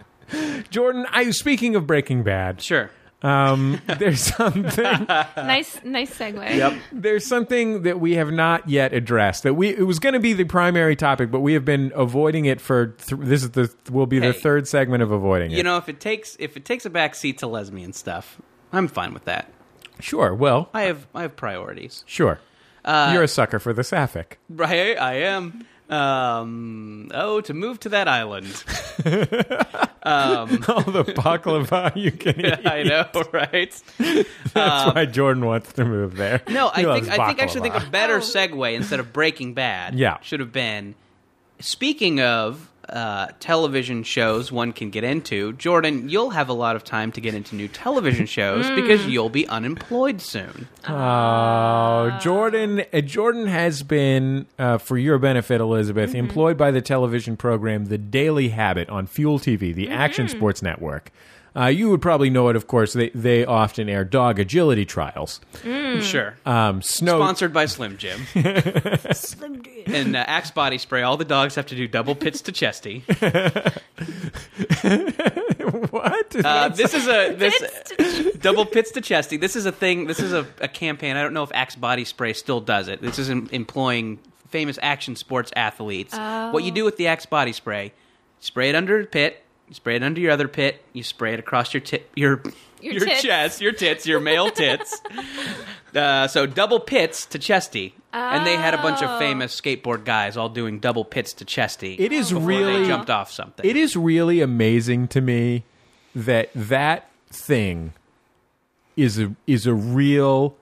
Jordan, I speaking of Breaking Bad,
Sure.
um, there's something
Uh,
Nice nice segue.
there's something that we have not yet addressed that we it was going to be the primary topic, but we have been avoiding it for th- this is the will be the
Hey.
third segment of avoiding it.
You know, if it takes if it takes a backseat to lesbian stuff, I'm fine with that.
sure, well,
I have I have priorities.
sure.
Uh,
You're a sucker for the sapphic.
Right, I am. Um, oh, to move to that island.
all the baklava you can eat.
I know, right?
That's why Jordan wants to move there.
No,
He
I think
loves
I think actually
baklava.
think a better segue instead of Breaking Bad.
Yeah.
should have been. Speaking of uh, television shows, one can get into Jordan. You'll have a lot of time to get into new television shows because you'll be unemployed soon.
Oh, Jordan! uh, Jordan has been, uh, for your benefit, Elizabeth, employed by the television program The Daily Habit on Fuel TV, the Action Sports Network. Uh, you would probably know it, of course. They they often air dog agility trials.
I'm Sure.
Um, snow.
Mm. Sponsored by Slim Jim. And uh, Axe body spray. All the dogs have to do double pits to chesty.
what?
Uh, this is a this double pits to chesty. This is a thing. This is a, a campaign. I don't know if Axe Body Spray still does it. This is em- employing famous action sports athletes. What you do with the Axe Body Spray? Spray it under a pit. You spray it under your other pit. You spray it across your tip, your
Your
your
tits.
chest, your tits, your male tits. uh, so double pits to chesty, and they had a bunch of
Oh.
famous skateboard guys all doing double pits to chesty.
It is
before
really-
they jumped off something.
it is really amazing to me that that thing is a is a real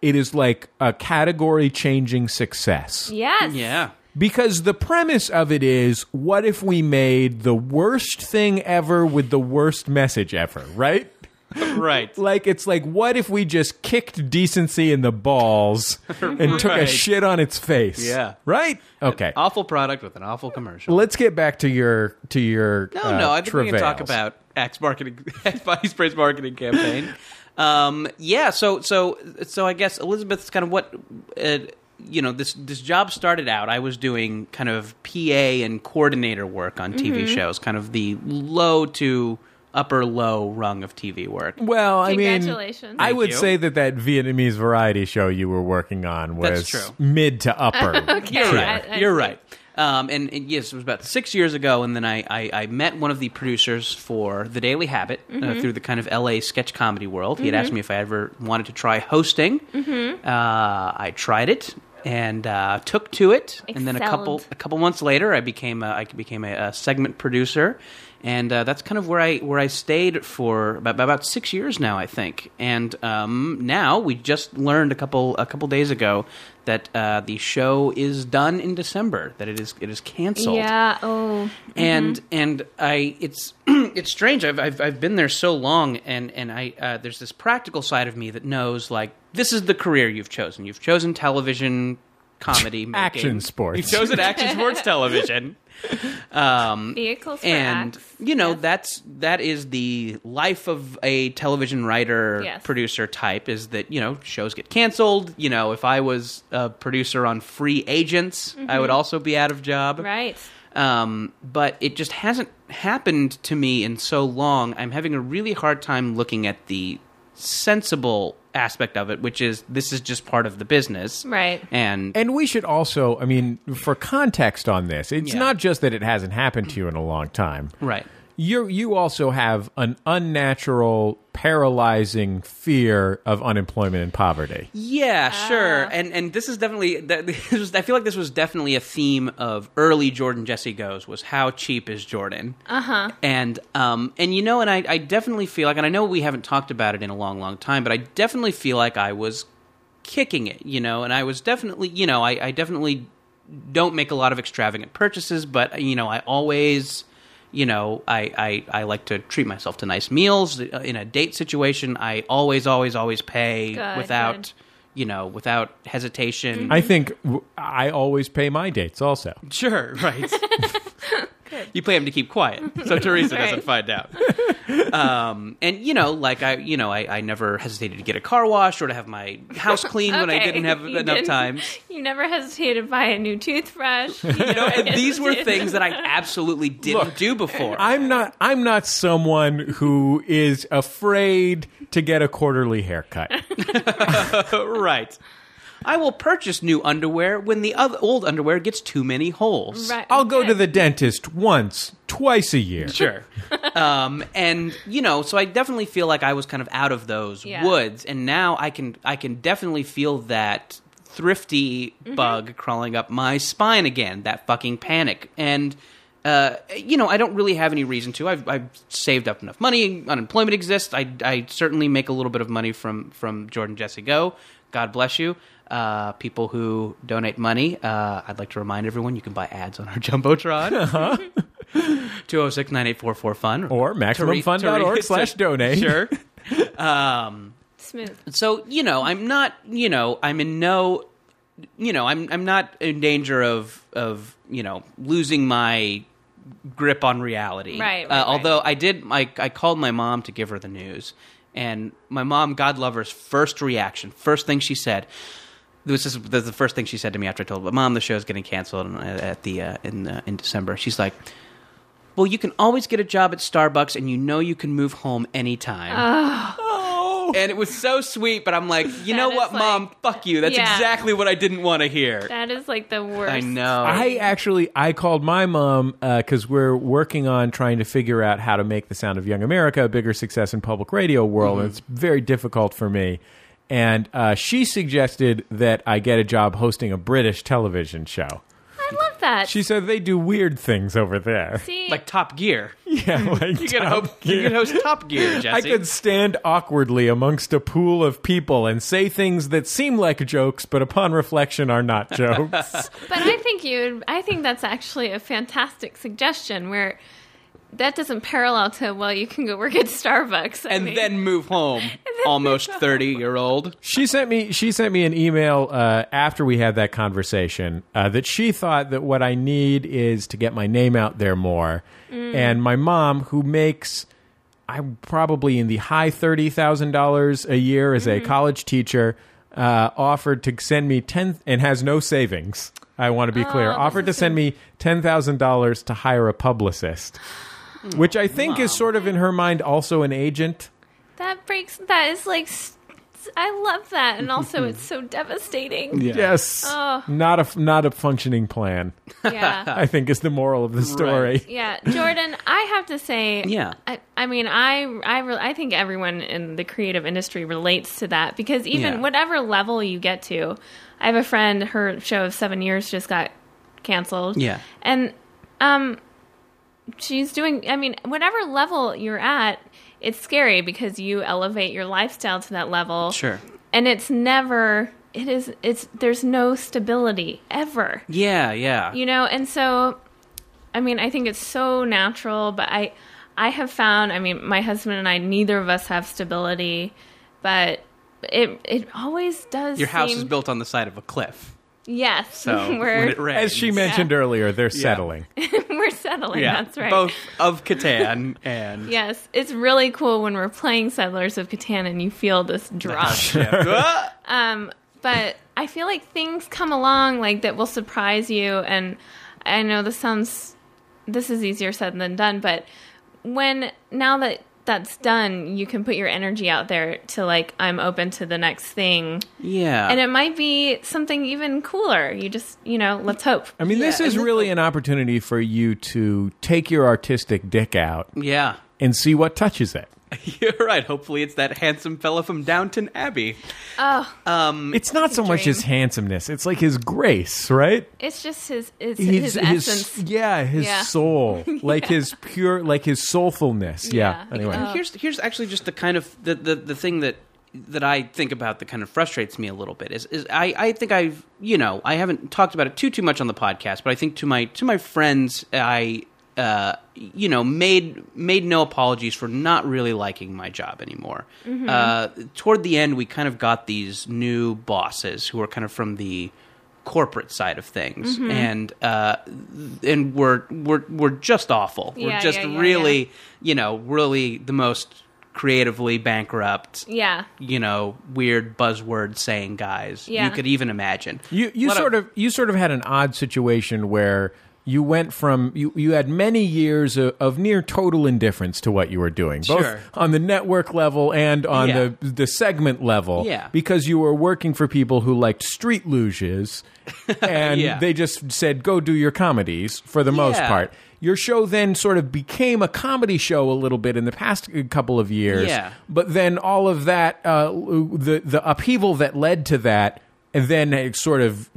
it is like a category changing success
Yes.
yeah.
because the premise of it is what if we made the worst thing ever with the worst message ever right
Right.
like it's like what if we just kicked decency in the balls and took a
Right.
shit on its face
Yeah.
right okay
Awful product with an awful commercial.
let's get back to your to your
No,
uh,
no, I think we can talk
travails.
about Axe marketing, Axe Body Spray's marketing campaign. um, yeah, so so so I guess Elizabeth's kind of what uh, you know this this job started out. I was doing kind of PA and coordinator work on TV shows, kind of the low to upper low rung of TV work.
Well, I
Congratulations.
mean, I
Thank
would
you.
say that that Vietnamese variety show you were working on was
That's true.
mid to upper.
You're
Yeah,
right.
I- I
You're
see.
right. Um, and, and yes, it was about six years ago, and then I, I, I met one of the producers for The Daily Habit
Mm-hmm.
uh, through the kind of LA sketch
Mm-hmm.
comedy world. He had asked me if I ever wanted to try hosting. Uh, I tried it, and uh, took to it. And then a couple
Excelled.
a couple months later, I became a, I became a, a segment producer, and uh, that's kind of where I where I stayed for about, about six years now, I think. And um, now we just learned a couple a couple days ago that uh, the show is done in December. That it is it is canceled
Yeah. Oh.
and and I it's it's strange. I've, I've I've been there so long, and and I uh, there's this practical side of me that knows like this is the career you've chosen. You've chosen television comedy making.
Action sports.
You've chosen action sports television,
Vehicles for
and
acts.
you know that's that is the life of a television writer
Yes.
producer type. Is that you know shows get canceled. You know if I was a producer on Free Agents, I would also be out of job.
Right.
Um, but it just hasn't happened to me in so long. I'm having a really hard time looking at the sensible aspect of it, which is this is just part of the business,
Right.
And
And we should also, I mean, for context on this, it's
Yeah.
not just that it hasn't happened to you in a long time.
right,
You you also have an unnatural, paralyzing fear of unemployment and poverty.
yeah, sure.
Uh.
And and this is definitely that. This was, I feel like this was definitely a theme of early Jordan Jesse goes was how cheap is Jordan? Uh
Uh-huh.
huh. And um and you know, and I I definitely feel like, and I know we haven't talked about it in a long, long time, but I definitely feel like I was kicking it, you know, and I was definitely, you know, I, I definitely don't make a lot of extravagant purchases, but you know, I always, you know, I I, I like to treat myself to nice meals Uh, in a date situation. I always, always, always pay
Good,
without,
good.
you know, without hesitation.
I think w- I always pay my dates also.
sure, right. You pay him to keep quiet, so Teresa doesn't
Right.
find out. Um, and you know, like I, you know, I, I never hesitated to get a car wash or to have my house clean when I
Okay,
didn't have
you
enough
didn't-
time.
You never hesitated to buy a new toothbrush. You,
You know,
never
and these were
hesitated-
things that I absolutely didn't do before.
I'm not I'm not someone who is afraid to get a quarterly haircut.
right. I will purchase new underwear when the other old underwear gets too many holes.
Right,
I'll go
okay.
to the dentist once, twice a year.
Sure. um, and you know, so I definitely feel like I was kind of out of those
Yeah.
woods, and now I can I can definitely feel that thrifty bug crawling up my spine again. That fucking panic and. Uh, you know, I don't really have any reason to. I've, I've saved up enough money. Unemployment exists. I, I certainly make a little bit of money from from Jordan Jesse Go. God bless you, uh, people who donate money. Uh, I'd like to remind everyone you can buy ads on our jumbotron. 206-9844-FUN.
Or maximumfund.org
Teri-
slash donate.
Sure. Um,
Smooth.
So, you know, I'm not, you know, I'm in no, you know, I'm, I'm not in danger of, of, you know, losing my grip on reality.
Right, right,
uh,
right.
Although I did, I, I called my mom to give her the news. And my mom, God love her's first reaction, first thing she said, this is, this is the first thing she said to me after I told her, "But mom, the show's getting canceled at the uh, in uh, in December." She's like, "Well, you can always get a job at Starbucks, and you know you can move home anytime."
Oh.
And it was so sweet, but I'm like, you
That
know
is
what,
like-
mom? Fuck you. That's
Yeah.
exactly what I didn't want to hear.
That is like the worst.
I know.
I actually I called my mom because we're working on trying to figure out how to make the Sound of Young America a bigger success in public radio world, and it's very difficult for me. And uh, she suggested that I get a job hosting a British television show.
I love that.
She said they do weird things over there.
See,
like Top Gear. You
Yeah, like
could
Top
hope you
Gear.
could host Top Gear, Jesse.
I could stand awkwardly amongst a pool of people and say things that seem like jokes, but upon reflection are not jokes.
but I think you. I think that's actually a fantastic suggestion. Where that doesn't parallel to well, you can go work at Starbucks I
and
mean,
then move home. Almost thirty year old.
She sent me she sent me an email uh, after we had that conversation uh, that she thought that what I need is to get my name out there more. And my mom, who makes I'm probably in the high thirty thousand dollars a year as a college teacher, uh, offered to send me ten and has no savings. I want to be clear. Offered to send me ten thousand dollars to hire a publicist, which I think is sort of in her mind also an agent.
That breaks. That is like s- I love that, and also it's so devastating.
Yeah. Yes.
Oh.
Not a f- not a functioning plan.
Yeah.
I think is the moral of the story.
Yeah, Jordan, I have to say,
Yeah.
I, I mean, I, I, re- I think everyone in the creative industry relates to that because even
Yeah.
whatever level you get to, I have a friend, her show of seven years just got canceled.
Yeah.
and um, she's doing. I mean, whatever level you're at, it's scary because you elevate your lifestyle to that level.
Sure.
and it's never. It is. It's there's no stability ever
Yeah, yeah.
you know and so i mean i think it's so natural but i i have found i mean my husband and i neither of us have stability but it it always does
Your house
seem-
is built on the side of a cliff.
yes
So when
we're
it rains,
As she mentioned earlier, they're settling.
we're settling
yeah,
that's right
both of Catan and
yes it's really cool when we're playing settlers of catan and you feel this drop
Ah!
um, but I feel like things come along like that will surprise you. And I know this sounds this is easier said than done, but when now that that's done, you can put your energy out there to like I'm open to the next thing,
yeah,
and it might be something even cooler. You just you know let's hope.
I mean, this
Yeah,
is
and-
really an opportunity for you to take your artistic dick out
yeah.
and see what touches it.
You're right. Hopefully, it's that handsome fella from Downton Abbey.
It's not so much
Mm. dream.
his handsomeness; it's like his grace, right?
It's just his his, his, essence.
yeah, his
Yeah.
soul, like his pure, like his soulfulness. Yeah.
Yeah. Oh,
Anyway,
And here's here's actually just the kind of the, the, the thing that that I think about that kind of frustrates me a little bit is is I, I think I've you know I haven't talked about it too too much on the podcast, but I think to my to my friends I uh, you know made made no apologies for not really liking my job anymore.
Mm-hmm.
Uh, toward the end, we kind of got these new bosses who were kind of from the corporate side of things,
Mm-hmm.
and uh, and were were were just awful.
Yeah,
we're just
yeah, yeah,
really
yeah.
you know, really the most creatively bankrupt,
yeah.
you know, weird buzzword saying guys
Yeah.
you could even imagine.
you you
What a-
sort of you sort of had an odd situation where you went from you, you had many years of, of near total indifference to what you were doing both
Sure.
on the network level and on
Yeah.
the the segment level
Yeah.
because you were working for people who liked street luges and
Yeah.
they just said go do your comedies for the most
Yeah.
part your show then sort of became a comedy show a little bit in the past uh, couple of years
Yeah.
but then all of that, uh, the the upheaval that led to that, and then it sort of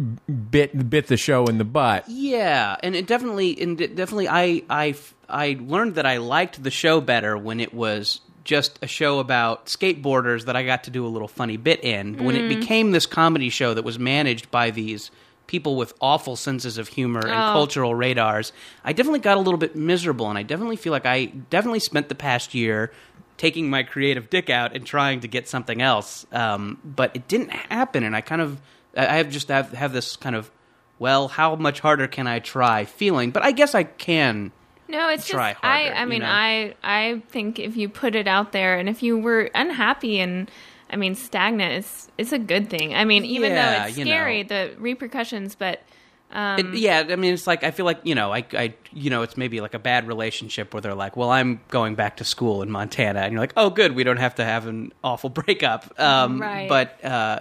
bit bit the show in the butt.
Yeah, and it definitely, and it definitely, I, I, I learned that I liked the show better when it was just a show about skateboarders that I got to do a little funny bit in. But when it became this comedy show that was managed by these people with awful senses of humor and cultural radars, I definitely got a little bit miserable, and I definitely feel like I definitely spent the past year taking my creative dick out and trying to get something else. Um, but it didn't happen, and I kind of, I I have just have, have this kind of well, how much harder can I try feeling? But I guess I can.
No, it's
try
just
harder,
I I
you
mean
know?
I I think if you put it out there and if you were unhappy and I mean stagnant it's it's a good thing. I mean even
Yeah,
though it's
you
scary
know.
the repercussions but Um.
It- yeah, I mean, it's like, I feel like, you know, I, I, you know, it's maybe like a bad relationship where they're like, well, I'm going back to school in Montana. And you're like, oh, good, we don't have to have an awful breakup. Um,
Right.
But, uh,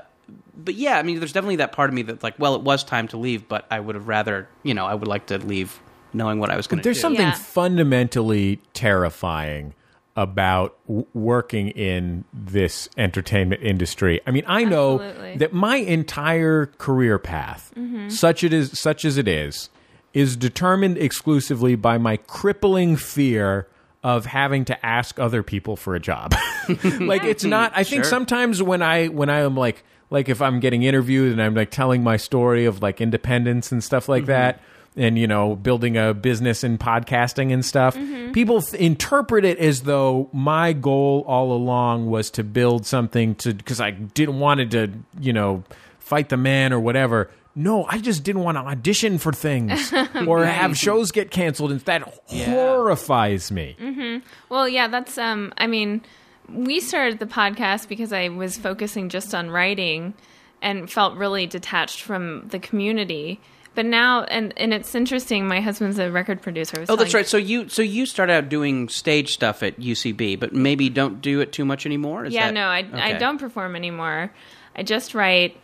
but yeah, I mean, there's definitely that part of me that's like, well, it was time to leave, but I would have rather, you know, I would like to leave knowing what I was going to do.
There's something
Yeah.
fundamentally terrifying about w- working in this entertainment industry. I mean, I know
Absolutely. Mm-hmm.
that my entire career path, such it is, such as it is, is determined exclusively by my crippling fear of having to ask other people for a job. like it's not I think
Sure.
sometimes when I when I am like like if I'm getting interviewed and I'm like telling my story of like independence and stuff like that and you know building a business in podcasting and stuff people th- interpret it as though my goal all along was to build something to cuz I didn't wanted to you know fight the man or whatever no I just didn't want to audition for things or have shows get canceled and that horrifies me
well yeah that's um I mean we started the podcast because I was focusing just on writing and felt really detached from the community But now, and and it's interesting. My husband's a record producer. I was
Oh, that's
telling-
right. So you so you start out doing stage stuff at UCB, but maybe don't do it too much anymore. Is
yeah,
that-
no, I I
okay.
don't perform anymore. I just write,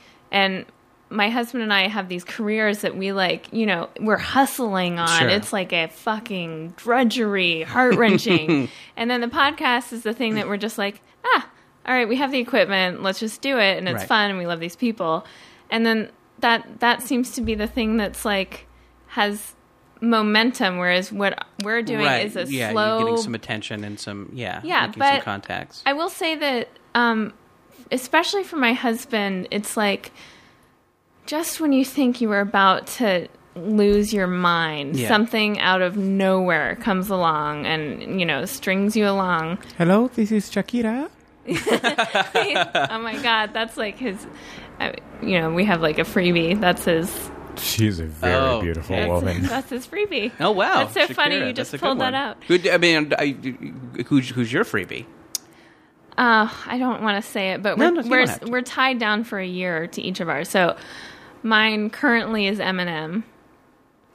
and my husband and I have these careers that we like. You know, we're hustling on.
Sure.
It's like a fucking drudgery, heart wrenching. and then the podcast is the thing that we're just like, ah, all right, we have the equipment. Let's just do it, and it's
Right.
fun, and we love these people. And then that that seems to be the thing that's like has momentum whereas what we're doing
right.
is a
yeah,
slow
You're getting some attention and some yeah,
Yeah,
making some
but
contacts.
I will say that, um, especially for my husband, it's like just when you think you are about to lose your mind,
Yeah.
something out of nowhere comes along and, you know, strings you along.
Hello, this is Shakira.
oh my God, that's like his, I, you know, we have like a freebie. That's his.
She's a very
Oh,
beautiful
okay.
woman.
That's his freebie.
oh wow,
That's so funny.
Shakira,
You
that's
just
a good
pulled that
one.
out.
Who, I mean, I, who's who's your freebie?
Uh, I don't want to say it, but
No,
we're
no, you don't
we're,
have to.
we're tied down for a year to each of ours. So mine currently is Eminem.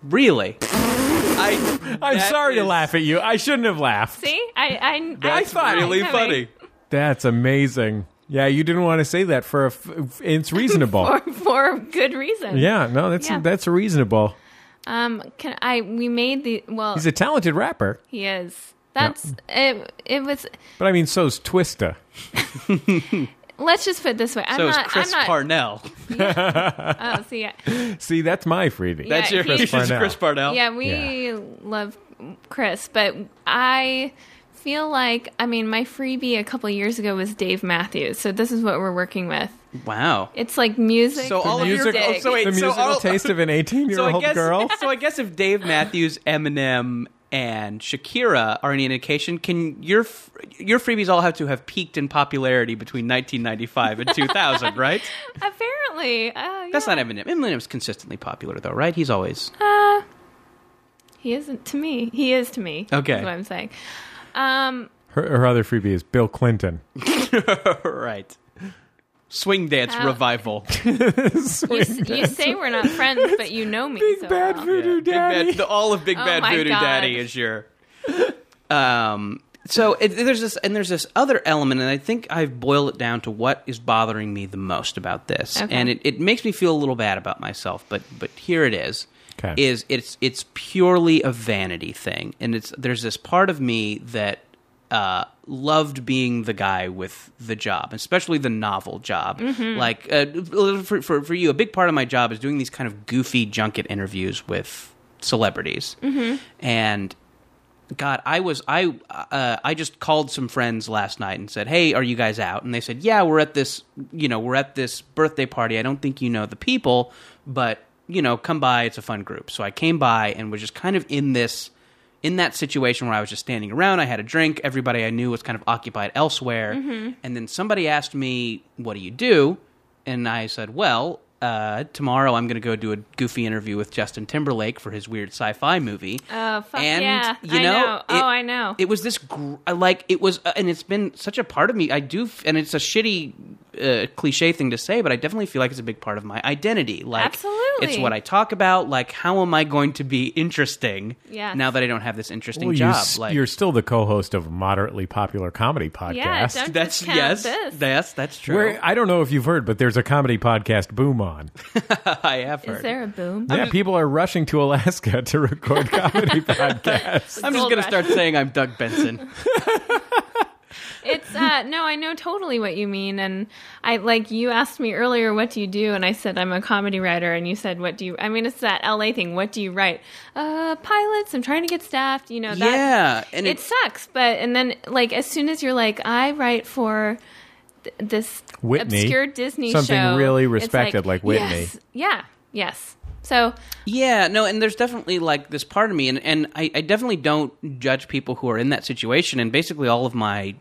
Really? I
I'm
that
sorry to
is-
laugh at you. I shouldn't have laughed.
See, I I,
That's
I saw it
Really
coming.
funny.
That's amazing. Yeah, you didn't want to say that for a. F- f- it's reasonable.
for good reason.
yeah, no, that's
Yeah.
that's reasonable.
Um. Can I? We made the well.
He's a talented rapper,
he is. That's it. It was.
but I mean, so's Twista.
Let's just put it this way. I'm
So it's
not.
Chris
I'm not.
Parnell.
Oh, see, yeah,
See, that's my freebie.
Yeah,
That's your
he-
it's
Parnell.
Chris Parnell.
yeah we love Chris, but I feel like I mean my freebie a couple years ago was Dave Matthews. So this is what we're working with.
Wow.
It's like music.
So all of your-
musical-
oh, so wait,
the
so
musical
all-
taste of an 18 year
so I
old
guess
girl.
so I guess if Dave Matthews, Eminem, and Shakira are any indication, can your f- your freebies all have to have peaked in popularity between 1995 and 2000, right?
apparently. Uh,
That's
yeah.
not Eminem. Eminem's consistently popular though, right? He's always
He isn't to me. He is to me.
Okay.
Is what I'm saying. Um.
her, her other freebie is Bill Clinton.
Oh, right. Swing dance
How-
revival.
You, s- you say we're not friends, but you know me. so
Bad
well.
voodoo
Big Bad-
daddy.
the- all of Big
Oh
Bad
my
Voodoo
God.
Daddy is your. Um. So it, there's this, and there's this other element, and I think I've boiled it down to what is bothering me the most about this,
Okay.
and it, it makes me feel a little bad about myself, but but here it is,
Okay.
is it's it's purely a vanity thing, and it's there's this part of me that uh, loved being the guy with the job, especially the novel job. Like uh, for, for for you, a big part of my job is doing these kind of goofy junket interviews with celebrities, and God, I was I uh, I just called some friends last night and said, "Hey, are you guys out?" And they said, "Yeah, we're at this, you know, we're at this birthday party. I don't think you know the people, but you know, come by. It's a fun group." So I came by and was just kind of in this in that situation where I was just standing around. I had a drink. Everybody I knew was kind of occupied elsewhere. And then somebody asked me, "What do you do?" And I said, "Well, uh, tomorrow I'm going to go do a goofy interview with Justin Timberlake for his weird sci-fi movie."
Oh, fuck
and
yeah.
you
I
know,
know.
it-
Oh, I know.
It was this gr- I like it was, uh, and it's been such a part of me. I do, f- and it's a shitty uh, cliche thing to say, but I definitely feel like it's a big part of my identity. Like,
Absolutely.
it's what I talk about. Like, how am I going to be interesting?
Yes.
now that I don't have this interesting
Well, you,
job,
s-
like
you're still the co-host of a moderately popular comedy podcast.
Yeah, don't
that's
discount
yes,
this.
yes, that's true.
Where I don't know if you've heard, but there's a comedy podcast boom on.
I have
Is
heard.
there a boom?
Yeah, people are rushing to Alaska to record comedy podcasts.
I'm just
Gold
going to
rush.
start saying I'm Doug Benson.
It's uh no, I know totally what you mean and I like you asked me earlier what do you do and I said I'm a comedy writer and you said what do you I mean it's that LA thing, what do you write? Uh pilots, I'm trying to get staffed, you know that
yeah, and
It
it's
sucks, but and then like as soon as you're like I write for th- this
Whitney.
obscure Disney
Something
show,
really
it's
respected like Whitney.
yes, yeah, yes. So
Yeah, no, and there's definitely like this part of me, and, and I, I definitely don't judge people who are in that situation. And basically, all of my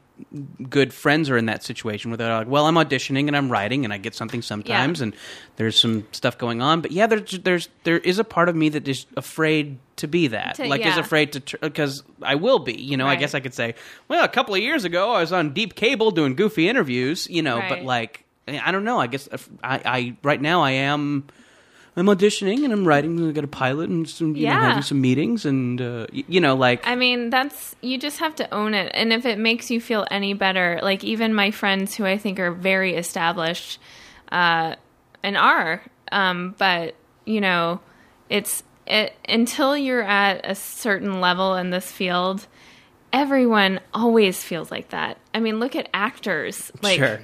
good friends are in that situation where they're like, "Well, I'm auditioning and I'm writing, and I get something sometimes, and there's some stuff going on." But yeah, there's there's there is a part of me that is afraid to be that,
To-
like is
yeah.
afraid to because I will be. You know, I
Right.
guess I could say, "Well, a couple of years ago, I was on deep cable doing goofy interviews," you know, but
Right.
like. I don't know. I guess if- I, I right now I am I'm auditioning and I'm writing. I got a pilot and some, you know,
Yeah.
having some meetings and uh, y- you know, like
I mean, that's you just have to own it. And if it makes you feel any better, like even my friends who I think are very established uh, and are, um, but you know, it's it, until you're at a certain level in this field, everyone always feels like that. I mean, look at actors. Like
Sure.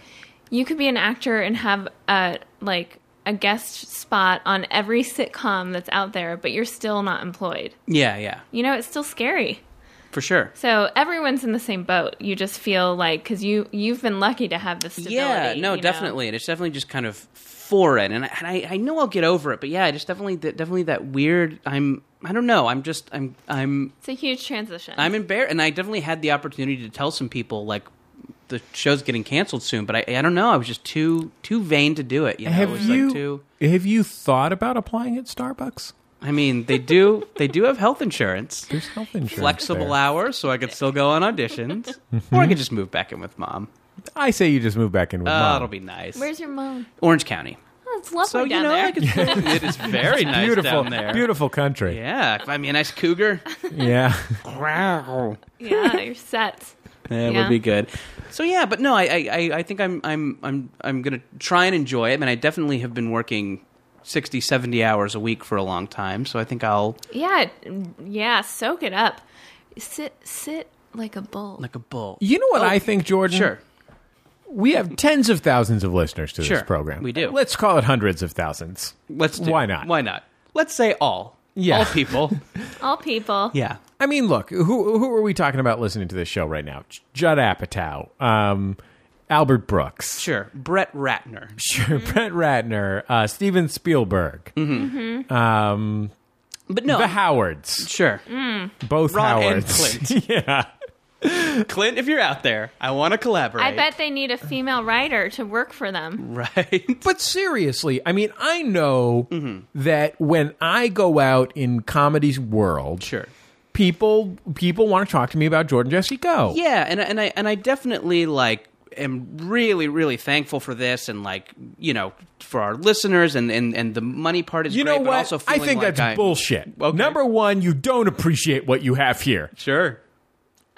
you could be an actor and have a like a guest spot on every sitcom that's out there, but you're still not employed.
yeah, yeah,
You know, it's still scary.
for sure.
So everyone's in the same boat. You just feel like because you you've been lucky to have this stability.
Yeah, no,
you know?
definitely, and it's definitely just kind of foreign, and I, and I, I know I'll get over it, but yeah, just definitely, that- definitely that weird. I'm, I don't know. I'm just, I'm, I'm,
It's a huge transition.
I'm embarrassed, and I definitely had the opportunity to tell some people like the show's getting canceled soon, but I, I don't know. I was just too, too vain to do it. You know, it
Have
was like too.
you have you thought about applying at Starbucks?
I mean, they do, they do have health insurance.
There's health insurance.
Flexible
there.
hours, so I could still go on auditions, or I could just move back in with mom.
I say you just move back in with
Oh,
mom.
it'll be nice.
Where's your mom?
Orange County?
Oh, it's lovely
So you
down
know,
there.
I could still, it is very nice
beautiful,
down there.
beautiful country.
Yeah, I mean, nice cougar.
Yeah.
wow,
yeah, you're set.
that
Yeah.
would be good. So yeah, but no, I, I, I- I think I'm, I'm, I'm, I'm gonna try and enjoy it. I mean, I definitely have been working 60, 70 hours a week for a long time, so I think I'll
Yeah, yeah. Soak it up. Sit sit like a bull.
like a bull.
You know what I think, Jordan?
Sure,
We have tens of thousands of listeners to
Sure,
this program.
we do.
Let's call it hundreds of thousands.
let's. Do,
Why not?
Why not? Let's say all.
Yeah.
all people.
All people.
yeah,
I mean, look, who who are we talking about listening to this show right now? J- Judd Apatow, um, Albert Brooks,
sure. Brett Ratner.
sure,
Mm-hmm.
Brett Ratner, uh, Steven Spielberg, Um,
But no,
the Howards,
sure.
both
Ron and
Howards. yeah,
Clint, if you're out there, I want to collaborate.
I bet they need a female writer to work for them.
Right.
But seriously, I mean, I know
Mm-hmm.
that when I go out in comedy's world,
Sure.
people people want to talk to me about Jordan Jesse Go.
Yeah, and and I and I definitely like am really really thankful for this and like you know for our listeners and and, and the money part is
You
great,
know
but
what?
also
I
feeling
think
like
that's
I-
bullshit.
Okay.
Number one, you don't appreciate what you have here.
Sure.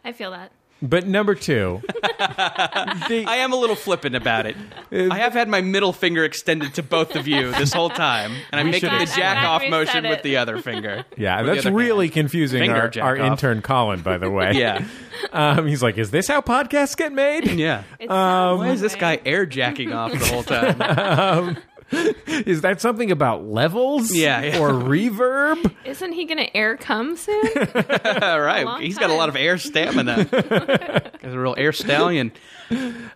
I feel that.
But number two, the-
I am a little flippant about it. I have had my middle finger extended to both of you this whole time, and I'm making
should-
the
I'm glad
jack off
we
motion
said
with
it.
the other finger.
yeah,
With the
that's
other
really
hand.
confusing
Finger
our,
jack
our
off.
intern Colin, by the way.
Yeah,
um, he's like, "Is this how podcasts get made?
yeah.
It sounds
Um, Why is
that
this
way.
guy air jacking off the whole time?
Is that something about levels?
Yeah, yeah.
or reverb?
Isn't he going to air come soon?
All
long
right, he's got a lot of
time.
air stamina. He's a real air stallion.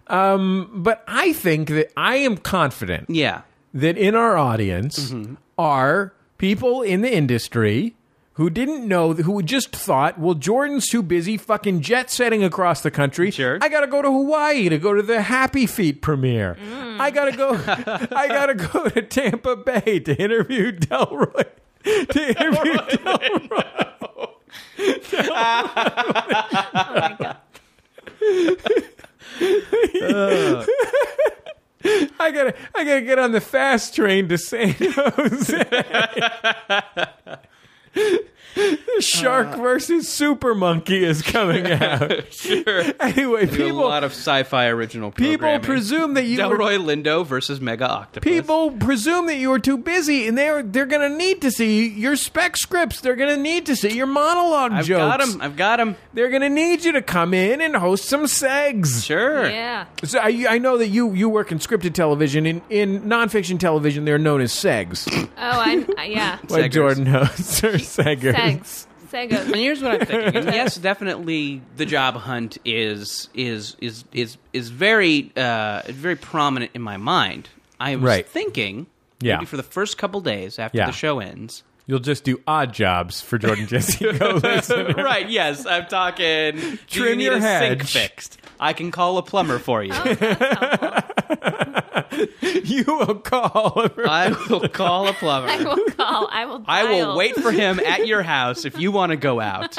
But I think that I am confident
Yeah,
that in our audience
Mm-hmm.
are people in the industry who didn't know, who just thought, well, Jordan's too busy fucking jet setting across the country.
Sure.
I gotta go to Hawaii to go to the Happy Feet premiere.
Mm.
I gotta go. I gotta go to Tampa Bay to interview Delroy. To interview Delroy.
oh my god.
I gotta. I gotta get on the fast train to San Jose. The Shark
Uh.
versus Super Monkey is coming out.
sure.
anyway,
There's a
people
lot of sci-fi original
people
programming.
presume that you were,
Delroy Lindo versus Mega Octopus.
people presume that you were too busy, and they're they're gonna need to see your spec scripts. They're gonna need to see your monologue
I've
jokes.
got him. I've got him.
They're gonna need you to come in and host some segs.
Sure.
Yeah.
So I, I know that you you work in scripted television. In in nonfiction television, they're known as segs.
Oh, I I- yeah.
like
Seggers.
Jordan knows, or seggers.
Segs. Segos.
And here's what I'm thinking. And yes, definitely, the job hunt is is is is is very uh, very prominent in my mind. I was
Right.
thinking,
Yeah.
maybe for the first couple days after
Yeah.
the show ends.
You'll just do odd jobs for Jordan Jesse. Go listen.
right. Yes, I'm talking. do you
Trim
need
your
a sink
hedge.
fixed. I can call a plumber for you.
Oh,
You will call.
I will call a plumber.
I will call. I will.
I will
dial.
wait for him at your house if you want to go out.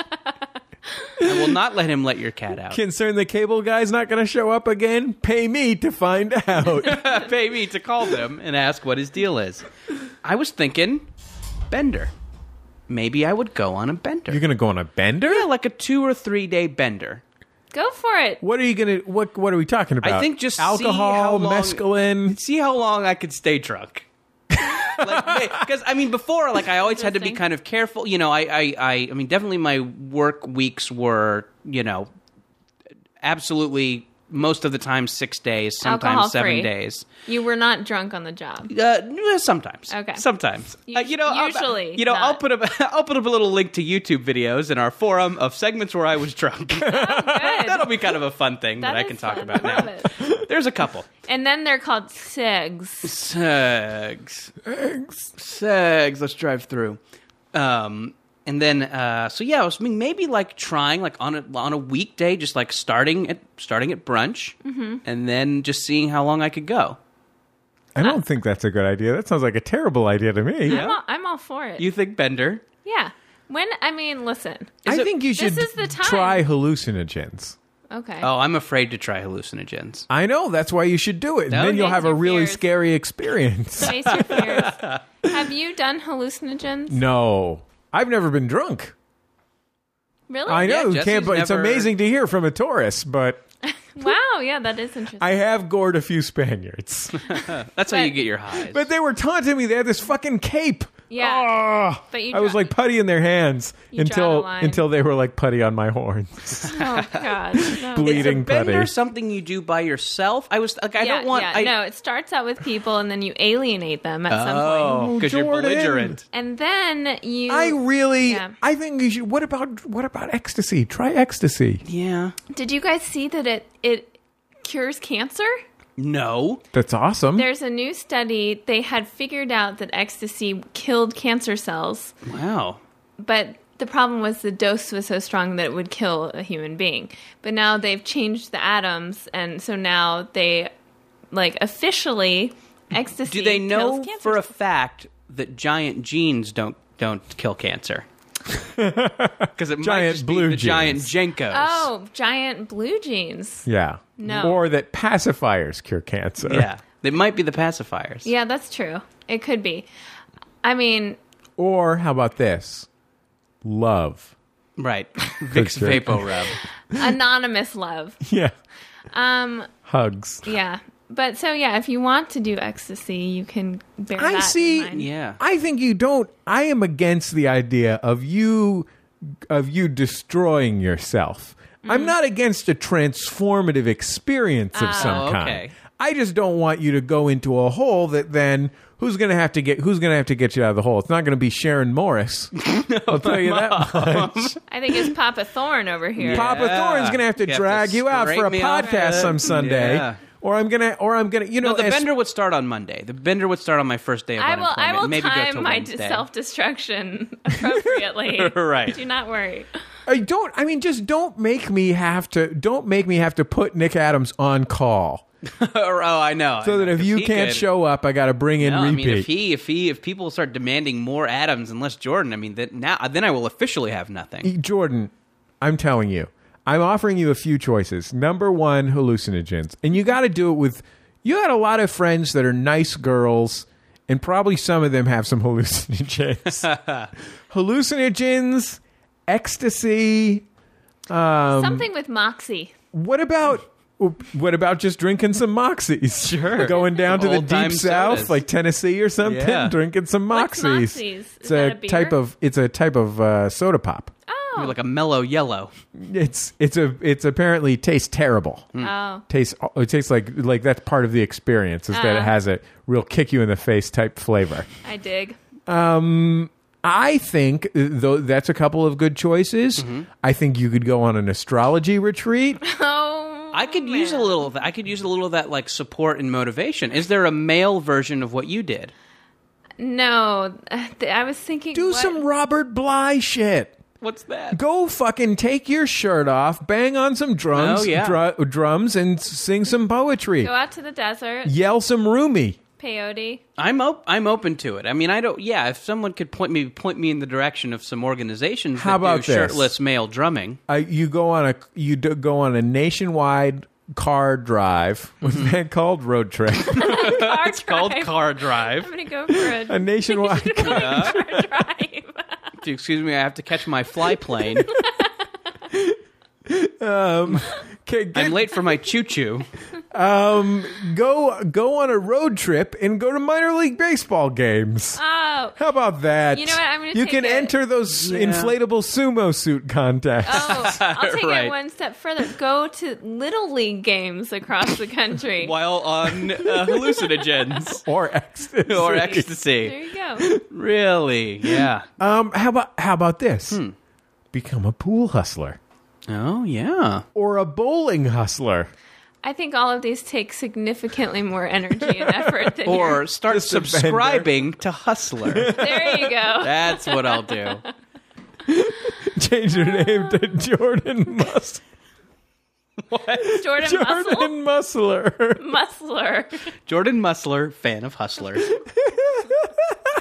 I will not let him let your cat out.
Concerned the cable guy's not going to show up again? Pay me to find out.
Pay me to call them and ask what his deal is. I was thinking bender. Maybe I would go on a bender.
You're gonna go on a bender?
Yeah, like a two or three day bender.
Go for it.
What are you gonna? What What are we talking about?
I think just see how
alcohol,
long-
mescaline.
See how long I could stay drunk. Because I mean, before like I always had to be
Interesting.
kind of careful. You know, I, I I I mean, definitely my work weeks were you know absolutely most of the time six days, sometimes
Alcohol-free.
seven days.
You were not drunk on the job.
Uh, n- sometimes.
Okay.
Sometimes.
Us-
Uh, you know, I'll-
usually
you know, I'll
not.
put up I'll put up a little link to YouTube videos in our forum of segments where I was drunk. That'll be kind of a fun thing that,
That
I
is
can talk
fun.
about
I love
now. There's a couple.
And then they're called segs.
Segs. Segs. Let's drive through. Um, and then, uh, so yeah, I was I mean, maybe like trying like on a on a weekday, just like starting at starting at brunch, and then just seeing how long I could go.
I don't think that's a good idea. That sounds like a terrible idea to me.
I'm, all, I'm all for it.
You think Bender?
yeah. When I mean, listen.
I
Is it-
think you
This
should
is the time.
try hallucinogens.
Okay.
Oh, I'm afraid to try hallucinogens.
I know that's why you should do it. And
No.
then you'll
Face
have a
your
really
fears.
scary experience.
Face your fears. Have you done hallucinogens?
no, I've never been drunk.
Really?
I know,
Uh, Yeah,
can't. But
Jesse's
it's
never-
amazing to hear from a Taurus. But
Wow. Yeah, that is interesting.
I have gored a few Spaniards,
That's how
But-
you get your highs.
but they were taunting me. They had this fucking cape.
yeah.
Ah,
But you
I was
dro-
like putty in their hands
You draw the
until
line.
until they were like putty on my horns,
Oh God. No.
Is a
bleeding putty.
bender something you do by yourself? I was like, I
yeah,
don't want.
yeah.
I,
no, it starts out with people, and then you alienate them at some point,
Oh, because you're
Jordan.
belligerent.
and then you.
I really,
Yeah.
I think you should. What about what about ecstasy? Try ecstasy.
Yeah.
Did you guys see that it it cures cancer?
No.
That's awesome.
There's a new study. They had figured out that ecstasy killed cancer cells,
Wow.
but the problem was the dose was so strong that it would kill a human being. But now they've changed the atoms, and so now they like officially ecstasy.
Do they know
kills cancer
for a
cells.
fact that giant jeans don't don't kill cancer? Because it might
Giant
just
blue
be the giant
jeans.
Jenkos.
Oh, giant blue jeans.
yeah.
No.
Or that pacifiers cure cancer.
yeah, they might be the pacifiers.
Yeah, that's true. It could be. I mean,
Or how about this? Love.
right. Vicks
cure-
Vapo Rub.
anonymous love.
Yeah.
Um,
Hugs.
yeah. But so yeah, if you want to do ecstasy, you can bear
I
that in
see.
mind.
Yeah.
I think you don't. I am against the idea of you of you destroying yourself.
Mm-hmm.
I'm not against a transformative experience of some
Oh,
kind.
okay.
I just don't want you to go into a hole that then who's going to have to get who's going to have to get you out of the hole. It's not going to be Sharon Morris. I'll tell you that much.
I think it's Papa Thorn over here.
Papa
Yeah.
Thorn's going to have to
You have to
drag you out for a
scrape me off
podcast
it.
some Sunday.
Yeah.
Or I'm gonna, or I'm gonna, you know,
No, the
as-
bender would start on Monday. The bender would start on my first day of
I will. I
unemployment.
will
Maybe go till
time my
Wednesday.
self destruction appropriately.
Right.
Do not worry.
I don't. I mean, just don't make me have to. Don't make me have to put Nick Adams on call
oh, I know. I
so that
know,
if
'cause
you
he
can't
could-
show up, I got to bring in
No, I
repeat.
mean, if he, if he, if people start demanding more Adams and less Jordan, I mean, that now then I will officially have nothing.
Jordan, I'm telling you, I'm offering you a few choices. Number one, hallucinogens, and you got to do it with. You had a lot of friends that are nice girls, and probably some of them have some hallucinogens. hallucinogens, ecstasy.
Um,
Something with Moxie.
What about what about just drinking some moxies? Sure, going down to the
Old time
deep south,
sodas.
like Tennessee or something,
Yeah.
drinking some
What's
moxies.
Moxies? Is
It's
that
a,
a beer?
type of it's a type of uh, soda pop.
Oh.
You're like a mellow yellow.
It's it's a it's apparently tastes terrible.
Hmm.
oh.
Tastes it tastes like like that's part of the experience is that it
Uh.
has a real kick you in the face type flavor.
I dig.
I think uh, though that's a couple of good choices.
Mm-hmm.
I think you could go on an astrology retreat.
Oh.
I could use a
man.
little. Of that. I could use a little of that, like support and motivation. Is there a male version of what you did?
No, I was thinking.
Do
what-
some Robert Bly shit.
What's that?
go fucking take your shirt off, bang on some drums,
Oh, yeah.
dru- drums, and s- sing some poetry.
Go out to the desert.
Yell some Rumi.
Peyote.
I'm op- I'm open to it. I mean, I don't. Yeah, if someone could point me point me in the direction of some organizations
How
that
about
do
this?
shirtless male drumming,
Uh, you go on a you do, go on a nationwide car drive. Was
Mm-hmm.
that called road trip?
It's
Called car drive.
I'm gonna go for a
A nationwide.
car drive.
Do you Excuse me, I have to catch my fly plane.
Okay, get-
I'm late for my choo choo.
go go on a road trip and go to minor league baseball games.
Oh,
How about that?
You know what? I'm gonna
You
take
can
it.
enter those inflatable sumo suit contests.
oh, I'll take
Right.
it one step further. Go to little league games across the country.
While on uh, hallucinogens
Oh.
Or ecstasy.
or
There
ecstasy.
you go.
Really? Yeah.
Um, how about how about this?
Hmm.
Become a pool hustler
Oh, yeah.
or a bowling hustler.
I think all of these take significantly more energy and effort than
Or
your-
start
Just a bender.
subscribing to Hustler.
There you go.
That's what I'll do.
Change your name to Jordan Mus-
Jordan, Muscle,
Jordan Musler.
Muscler.
Jordan Musler, fan of Hustler.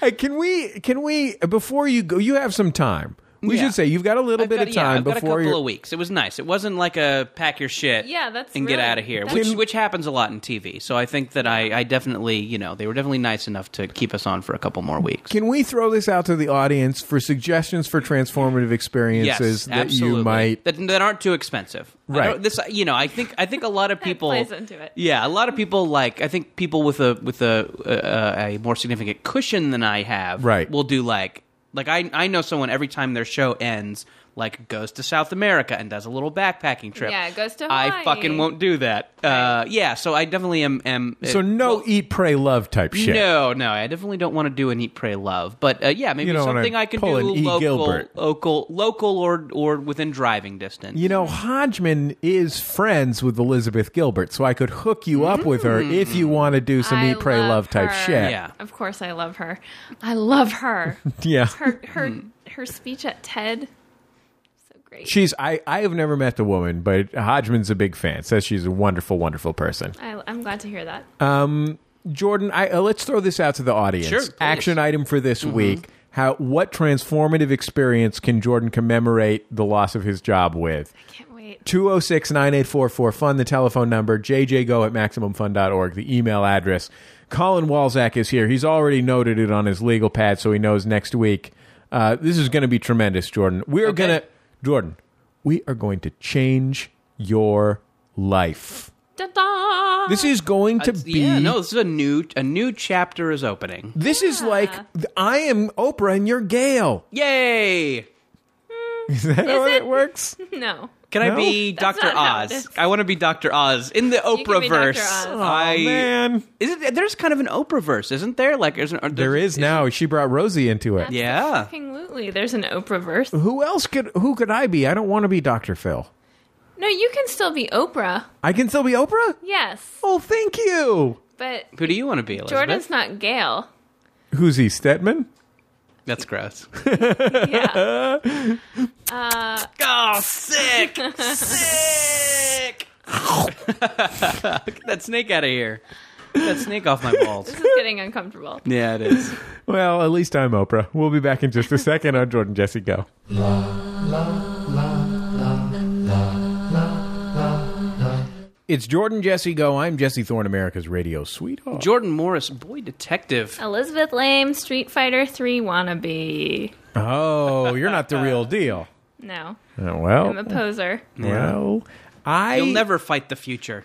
Hey, can we can we before you go? You have some time. We
Yeah.
should say you've got a little
I've
bit
got-
of
yeah,
time
I've got a
before
couple
you're.
of weeks. It was nice. It wasn't like a pack your shit.
Yeah, that's
and
really-
get out of here,
that's-
which
Can-
which happens a lot in TV. So I think that I, I definitely you know they were definitely nice enough to keep us on for a couple more weeks.
Can we throw this out to the audience for suggestions for transformative
yes,
experiences that
absolutely.
you might?
that, that aren't too expensive. I
Right.
don't- This you know I think I think a lot of people
plays into it.
Yeah, a lot of people like I think people with a with a uh, a more significant cushion than I have
Right.
will do like like I I know someone every time their show ends like goes to South America and does a little backpacking trip.
Yeah, goes to
I
Hawaii.
fucking won't do that. Uh, yeah, so I definitely am am
So no eat, pray, love type shit.
uh, no, no, I definitely don't want to do an eat, pray, love. But uh, yeah, maybe
You don't wanna
something I can do
pull an E.
local,
Gilbert.
local, local, or or within driving distance.
You know, Hodgman is friends with Elizabeth Gilbert, so I could hook you up with her if you want to do some
Mm. I
eat, pray, love type
her.
shit.
Yeah.
Of course, I love her. I love her.
Yeah.
Her her her speech at TED. So great.
She's I, I have never met the woman, but Hodgman's a big fan. Says she's a wonderful, wonderful person.
I, I'm glad to hear that.
Jordan, I, uh, let's throw this out to the audience.
Sure, please. Mm-hmm.
Action item for this week: How what transformative experience can Jordan commemorate the loss of his job with?
Can't wait.
206 9844 fun the telephone number jjgo at maximumfun.org the email address colin walzak is here he's already noted it on his legal pad so he knows next week uh, this is going to be tremendous jordan we're
Okay.
going to jordan we are going to change your life
Ta-da!
this is going to be
yeah, no, this is a new a new chapter is opening.
this is like i am oprah and you're gail
Yay!
is that how it works
no.
Can I
No?
be
That's
Dr.
not how it
Oz?
is.
I want to be Dr. Oz in the
You can
Oprah
be Dr.
verse.
Oz. Oh,
I
man
is it, there's kind of an Oprah verse, isn't there? Like there's an,
there
there's-
is now she brought rosie into it
Yeah.
Absolutely. There's an Oprah verse.
who else could who could i be i don't want to be dr phil
No, you can still be Oprah.
I can still be Oprah?
Yes.
Oh, thank you.
But
Who do you want to be, Elizabeth?
Jordan's not Gail.
Who's he, Stedman?
That's gross.
Yeah.
Oh, sick! sick! Get that snake out of here. Get that snake off my balls.
this is getting uncomfortable.
Yeah, it is.
Well, at least I'm Oprah. We'll be back in just a second on Jordan Jesse Go. It's Jordan Jesse Go. I'm Jesse Thorne, America's radio sweetheart.
Jordan Morris, boy detective.
Elizabeth Lame, Street Fighter 3 wannabe.
oh, you're not the real deal.
No.
Oh,
I'm a
well,
poser.
well, I
You'll never fight the future.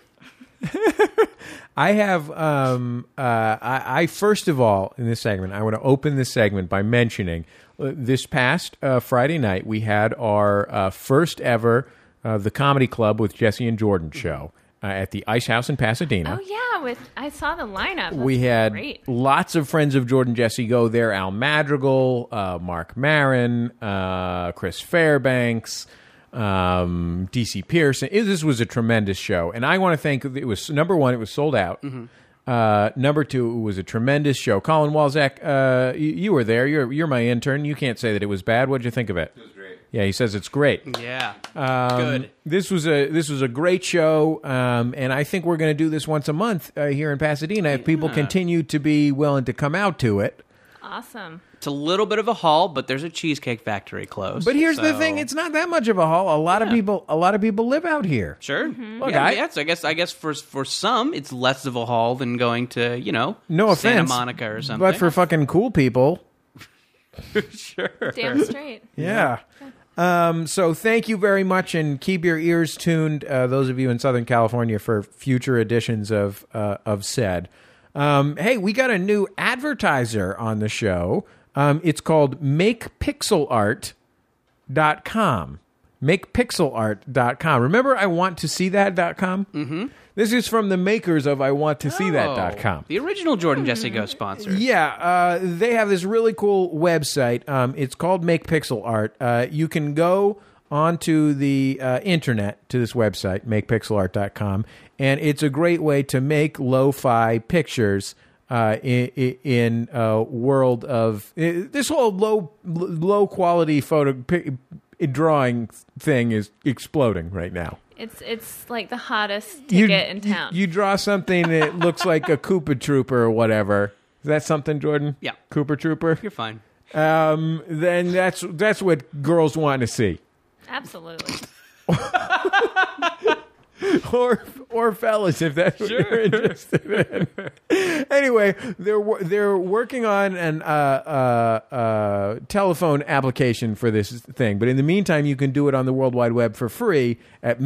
I have. Um, uh, I, I first of all in this segment, I want to open this segment by mentioning uh, this past uh, Friday night we had our uh, first ever uh, the comedy club with Jesse and Jordan show uh, at the Ice House in Pasadena.
Oh yeah, with I saw the lineup. That's
We had
great.
lots of friends of Jordan Jesse go there. Al Madrigal, uh, Mark Marin, uh, Chris Fairbanks, um, DC Pearson. It- this was a tremendous show, and I want to thank. It was number one. It was sold out. Uh, number two, it was a tremendous show. Colin Walzak, uh, you, you were there. You're you're my intern. You can't say that it was bad. What'd you think of it? It was great. Yeah, he says it's great.
Yeah.
Um,
Good.
This was a this was a great show, um, and I think we're going to do this once a month uh, here in Pasadena if people continue to be willing to come out to it.
Awesome.
It's a little bit of a haul, but there's a cheesecake factory close.
But here's the
so-
thing: it's not that much of a haul. A lot of people, a lot of people live out here.
sure.
Look,
yeah,
I-
yeah, so I guess I guess for for some it's less of a haul than going to you know
No offense,
Santa Monica or something.
but for fucking cool people,
sure,
Damn straight.
yeah. Um, so thank you very much, and keep your ears tuned, uh, those of you in Southern California, for future editions of uh, of said. Um, hey, we got a new advertiser on the show. Um, it's called MakePixelArt.com. MakePixelArt.com. Remember, I want to see that.com. Mm-hmm. Oh. This is from the makers of I want to see that.com.
Oh, The original Jordan Jesse Go sponsor.
Yeah, uh, they have this really cool website. Um, it's called Make Pixel Art. Uh, you can go onto the uh, internet to this website, makepixelart.com, and it's a great way to make lo-fi pictures. Uh, in, in a world of i this whole low low quality photo pi drawing thing is exploding right now.
It's it's like the hottest ticket in town.
You draw something that looks like a Koopa Trooper or whatever. Is that something, Jordan?
Yeah.
Koopa Trooper.
You're fine.
Um, then that's that's what girls want to see,
Absolutely.
or or fellas, if that's what you're interested in. anyway, they're wor- they're working on an uh, uh, uh, telephone application for this thing, but in the meantime, you can do it on the World Wide Web for free at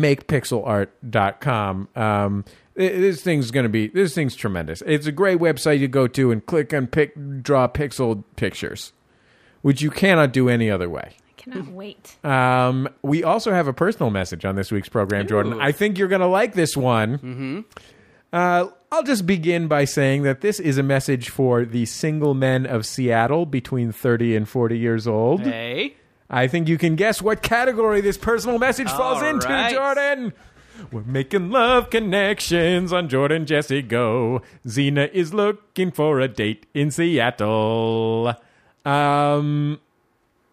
makepixelart.com. Um, i- this thing's gonna be this thing's tremendous. It's a great website to go to and click on pic, draw pixel pictures, which you cannot do any other way.
I cannot wait.
Um, we also have a personal message on this week's program, Jordan. I think you're going to like this one. Mm-hmm. Uh, I'll just begin by saying that this is a message for the single men of Seattle between 30 and 40 years old.
Hey,
I think you can guess what category this personal message falls
All
into,
right.
Jordan. We're making love connections on Jordan Jesse Go. Xena is looking for a date in Seattle. Um,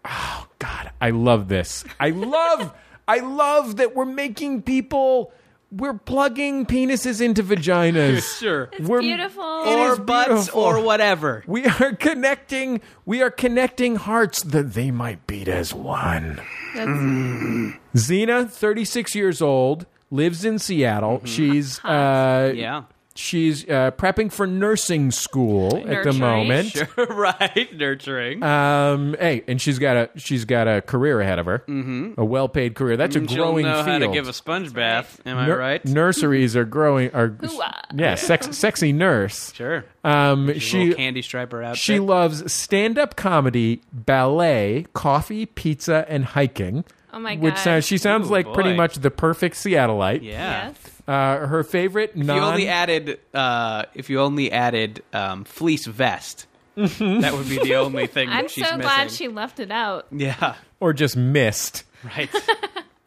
oh God, I love this. I love, I love that we're making people. We're plugging penises into vaginas.
sure.
we're,
Beautiful.
Or
is
butts
beautiful.
or whatever.
We are connecting. We are connecting hearts that they might beat as one.
That's
Xena, 36 years old, lives in Seattle.
Mm-hmm.
She's uh,
Yeah.
she's uh, prepping for nursing school at the
Nurturing.
moment.
Sure, right. Nurturing.
Um, hey, and she's got a she's got a career ahead of her, mm-hmm. a well paid career. That's a
Mm, She'll
growing
know
field.
how to give a sponge bath. Am I
Nur-
right? ah.
Nurseries are growing. Are
Hoo-ah.
yeah, sex, sexy nurse.
Sure.
Um,
She
she
candy striper outfit.
She loves stand up comedy, ballet, coffee, pizza, and hiking.
Oh my
Which
God.
sounds, she sounds
Ooh,
like pretty
boy.
much the perfect Seattleite.
yeah.
yes.
Uh, her favorite
If you
non.
only added uh, if you only added um, fleece vest, that would be the only thing that
I'm
she's
so
missing.
glad she left it out.
yeah,
or just missed.
right.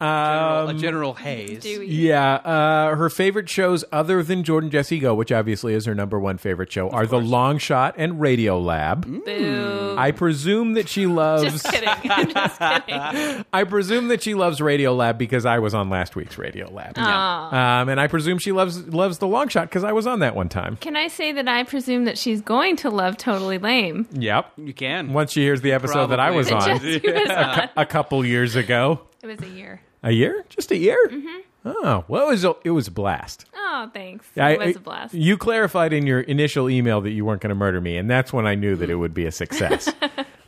General- a general haze.
Dewey.
Yeah, uh, her favorite shows other than Jordan Jesse Go, which obviously is her number one favorite show, are The Long Shot and Radio Lab.
Boo.
I presume that she loves.
Just kidding. I'm just kidding.
I presume that she loves Radio Lab because I was on last week's Radio Lab, um, and I presume she loves loves The Long Shot because I was on that one time.
Can I say that I presume that she's going to love Totally Lame?
Yep.
You can.
Once she hears the episode that I
Probably.
was
Just-
on
it, was on.
a couple years ago,
It was a year.
a year, just a year.
Mm-hmm.
Oh, well, it was a, it was a blast.
Oh, thanks.
I-
it was a blast.
You clarified in your initial email that you weren't going to murder me, and that's when I knew that it would be a success.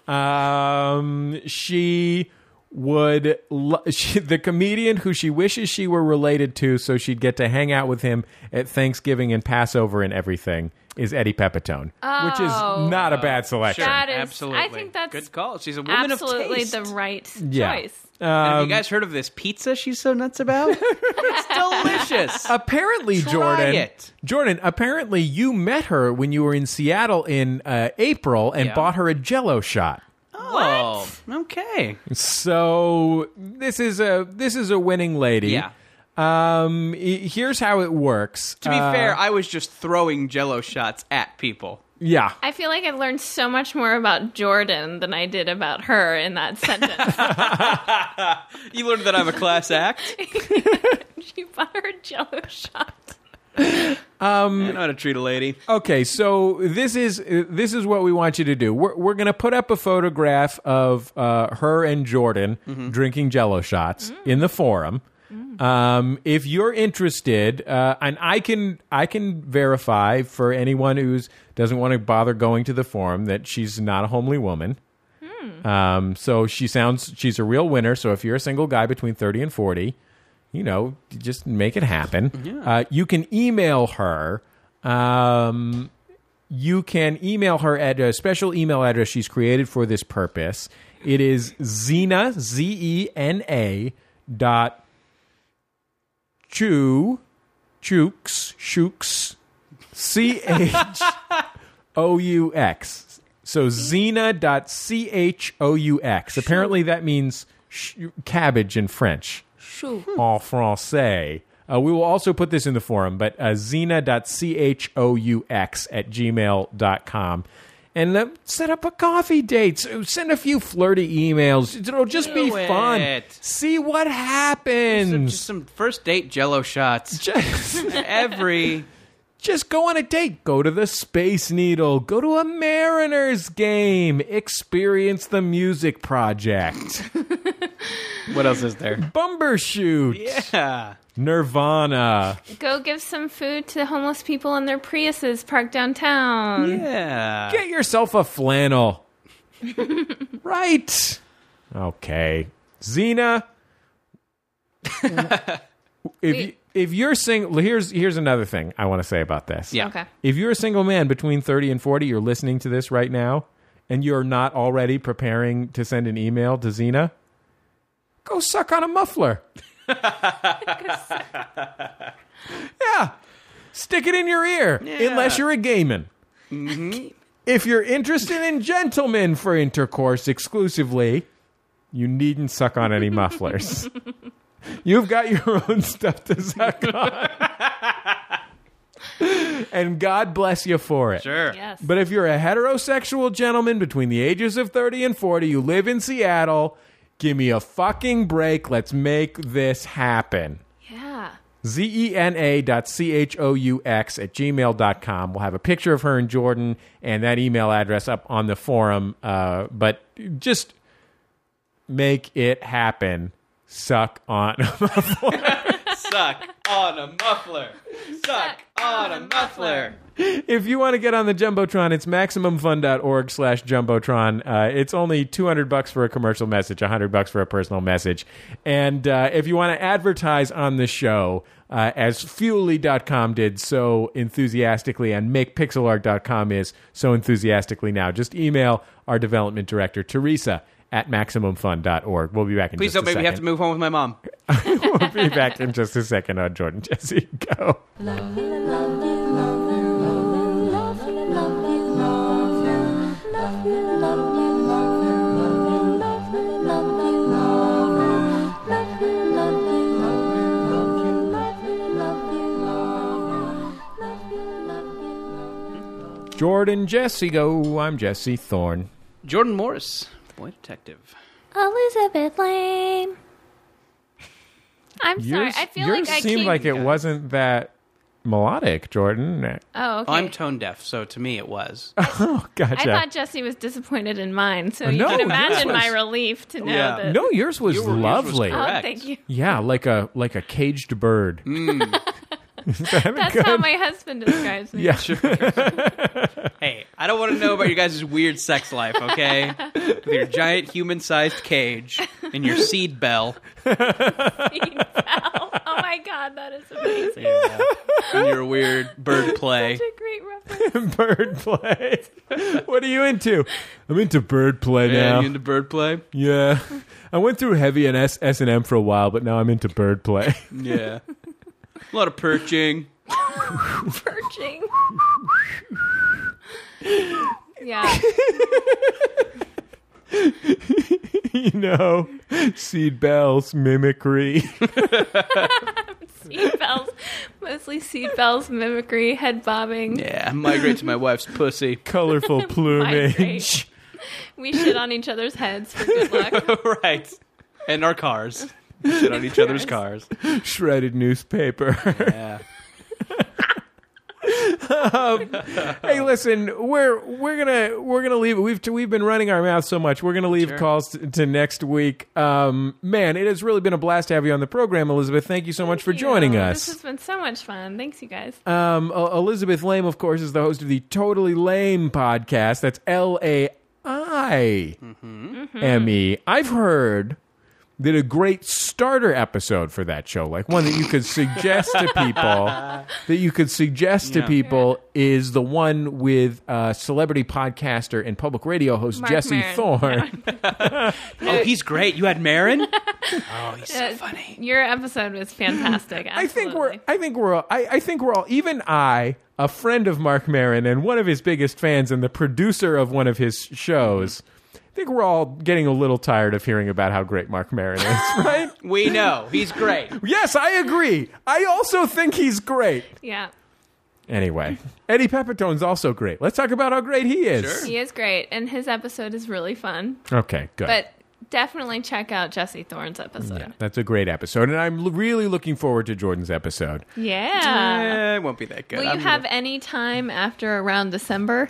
um, she would lo- she, the comedian who she wishes she were related to, so she'd get to hang out with him at Thanksgiving and Passover and everything. Is Eddie Pepitone, which
Oh.
is not a bad selection.
That is-
Absolutely.
I think that's
good call. She's a woman of
Absolutely
taste.
the right
Yeah. Um,
choice.
And have you guys heard of this pizza she's so nuts about? it's delicious.
Uh, apparently
Try
jordan
it.
jordan apparently you met her when you were in seattle in uh, april and
Yeah.
bought her a jello shot
Oh, okay.
so this is a this is a winning lady
Yeah.
um e- here's how it works Uh,
To be fair, I was just throwing jello shots at people.
yeah
I feel like I learned so much more about Jordan than I did about her in that sentence.
You learned that I'm a class act.
she bought her jello shot.
I know how to treat a lady. Oh,
Okay, so this is this is what we want you to do. We're, we're going to put up a photograph of uh, her and Jordan drinking Jello shots in the forum. Um, if you're interested, uh, and I can I can verify for anyone who's doesn't want to bother going to the forum that she's not a homely woman. Um, so she sounds she's a real winner. So if you're a single guy between thirty and forty, you know, just make it happen. Uh, you can email her. Um, you can email her at a special email address she's created for this purpose. It is Zena Z E N A dot Chu Chooks Shooks C H O U X. So Zena dot C H O U X. Apparently that means sh- cabbage in French en français. Uh, we will also put this in the forum, but uh, xena.chaux at gmail.com. And uh, set up a coffee date. So Send a few flirty emails. It'll just be
Do
fun.
it.
See what happens.
Just some first date jello shots.
Just,
Every
just go on a date. Go to the Space Needle. Go to a Mariners game. Experience the music project.
what else is there?
Bumbershoot.
Yeah.
Nirvana.
Go give some food to homeless people in their Priuses parked downtown.
Yeah.
Get yourself a flannel.
right.
Okay. Xena. if you, if you're single here's here's another thing I want to say about this.
Yeah.
Okay.
If you're a single man between 30 and 40, you're listening to this right now and you're not already preparing to send an email to Xena, go suck on a muffler. yeah. Stick it in your ear unless you're a gay man. If you're interested in gentlemen for intercourse exclusively, you needn't suck on any mufflers. You've got your own stuff to suck on. and God bless you for it.
Sure.
Yes.
But if you're a heterosexual gentleman between the ages of 30 and 40, you live in Seattle, give me a fucking break. Let's make this happen.
yeah.
Z-E-N-A E dot C-H-O-U-X at gmail dot com. We'll have a picture of her and Jordan and that email address up on the forum. Uh, but just make it happen. Suck on.
Suck on a muffler. Suck on a muffler.
if you want to get on the Jumbotron, it's MaximumFun.org slash Jumbotron. Uh, it's only 200 bucks for a commercial message, 100 bucks for a personal message. And uh, if you want to advertise on the show, uh, as Fuely.com did so enthusiastically and MakePixelArt.com is so enthusiastically now, just email our development director, Teresa, at MaximumFun.org. We'll be back in
Please
just
don't
a
make
second.
me have to move home with my mom.
we'll be back in just a second on Jordan Jesse Go. Jordan Jesse Go. I'm Jesse Thorne.
Jordan Morris, boy detective.
Elizabeth Lane. I'm sorry.
Yours-
I feel
yours
like I
seemed
keep.
like it wasn't that melodic, Jordan.
oh, okay.
I'm tone deaf, so to me it was.
Oh, Gotcha.
I thought Jesse was disappointed in mine, so you
Oh, no,
can
yours
imagine
was-
my relief to know
Yeah.
that.
no, yours was
Yours was
lovely.
correct.
oh, thank you.
yeah, like a like a caged bird.
Mm.
That's how my husband describes me.
Yeah.
Hey, I don't want to know about your guys' weird sex life, okay? With your giant human sized cage and your seed bell.
oh my god, that is amazing.
and your weird bird play.
Such a great reference.
bird play. what are you into? I'm into bird play
Yeah,
now.
you into bird play?
yeah. I went through heavy and S S and M for a while, but now I'm into bird play.
Yeah. A lot of perching.
Perching. yeah.
you know, seed bells, mimicry.
Seed bells. Mostly seed bells, mimicry, head bobbing.
Yeah, migrate to my wife's pussy.
colorful plumage.
Migrate. We shit on each other's heads for good luck.
right. And our cars. Shit on each other's cars.
Shredded newspaper.
Yeah.
hey, listen, we're we're gonna we're gonna leave. We've we've been running our mouth so much. We're gonna leave calls to, to next week. Um, man, it has really been a blast to have you on the program, Elizabeth. Thank you so much for joining
Yeah,
us.
This has been so much fun. Thanks, you guys.
Um, E- Elizabeth Lame, of course, is the host of the Totally Lame podcast. That's L A I
Mm-hmm.
M E. I've heard that a great starter episode for that show, like one that you could suggest to people, that you could suggest to people, is the one with uh, celebrity podcaster and public radio host
Mark
Jesse
Maron.
Thorne.
Oh, he's great. You had Marin? Oh, he's so
Uh,
funny.
Your episode was fantastic.
I think we're.
absolutely.
I think we're. All, I, I think we're all. Even I, a friend of Mark Marin and one of his biggest fans, and the producer of one of his shows. I think we're all getting a little tired of hearing about how great Mark Marin is, right?
We know. He's great.
yes, I agree. I also think he's great.
Yeah.
Anyway, Eddie Pepitone's also great. Let's talk about how great he is.
Sure.
He is great, and his episode is really fun.
Okay, good.
But definitely check out Jesse Thorne's episode.
That's a great episode, and I'm l- really looking forward to Jordan's episode.
Yeah.
Eh, it won't be that good.
Will
I'm
you have any time after around December?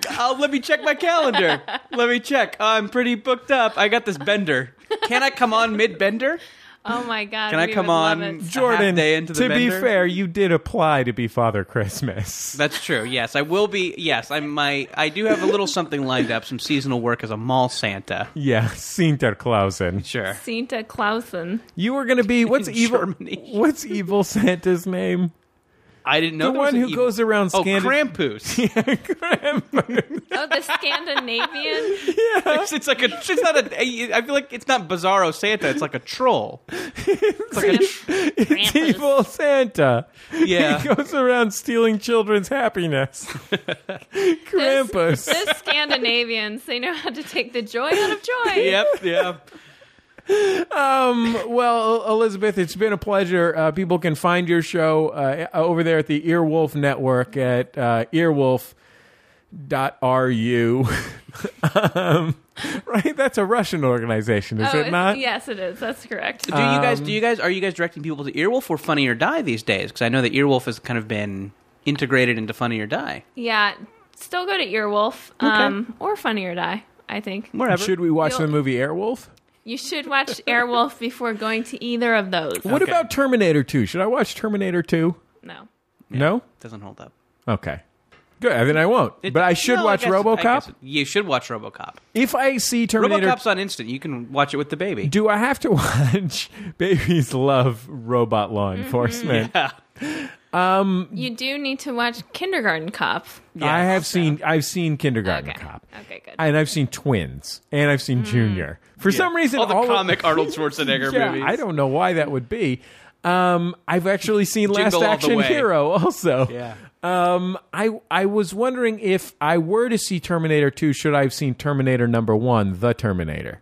gonna- Oh, let me check my calendar. let me check. I'm pretty booked up. I got this bender. Can I come on mid bender?
Oh my God!
Can I
we
come
would love
on?
it.
Jordan,
half day into the
to be
bender?
fair, you did apply to be Father Christmas.
That's true. Yes, I will be. Yes, I'm. My I do have a little something lined up. Some seasonal work as a mall Santa.
Yeah, Sinterklausen.
Sure.
Santa Clausen.
You were going to be what's
In
evil?
Germany.
What's evil Santa's name?
I didn't know
The
there was
one
an
who
evil-
goes around
Oh,
Scandi-
Krampus!
Oh, the Scandinavian.
it's, it's like a. It's not a. I feel like it's not Bizarro Santa. It's like a troll. It's like a. tr-
It's evil Santa.
Yeah.
He goes around stealing children's happiness. Krampus.
The Scandinavians. They know how to take the joy out of joy.
Yep. Yeah.
well, Elizabeth, it's been a pleasure. Uh, people can find your show uh, over there at the Earwolf Network at uh, earwolf.ru. um, right? That's a Russian organization, is
oh,
it
it's-
not? Uh,
Yes, it is. That's correct.
Do you
Um,
guys? Do you guys? Are you guys directing people to Earwolf or Funny or Die these days? Because I know that Earwolf has kind of been integrated into Funny or Die.
yeah. Still go to Earwolf um, or Funny or Die. I think
Wherever.
Should we watch
You'll-
the movie Airwolf?
you should watch Airwolf before going to either of those.
What about Terminator 2? Should I watch Terminator 2?
No.
No?
Doesn't hold up.
Okay. Good. Then I won't.
It-
but I should
No,
watch
guess-
RoboCop.
guess you should watch RoboCop.
if I see Terminator
RoboCop's on instant. You can watch it with the baby.
Do I have to watch Babies Love Robot Law
Mm-hmm.
Enforcement?
You do need to watch Kindergarten Cop.
I have seen I've seen Kindergarten
Okay.
Cop.
Okay, good.
And I've seen Twins and I've seen Junior. For some reason
Mm. all the
of-
comic Arnold Schwarzenegger
Yeah,
movies.
I don't know why that would be. Um, I've actually seen Last
Jingle All the
Action
Way.
Hero also.
Yeah.
Um, I I was wondering if I were to see Terminator 2, should I have seen Terminator number 1, The Terminator?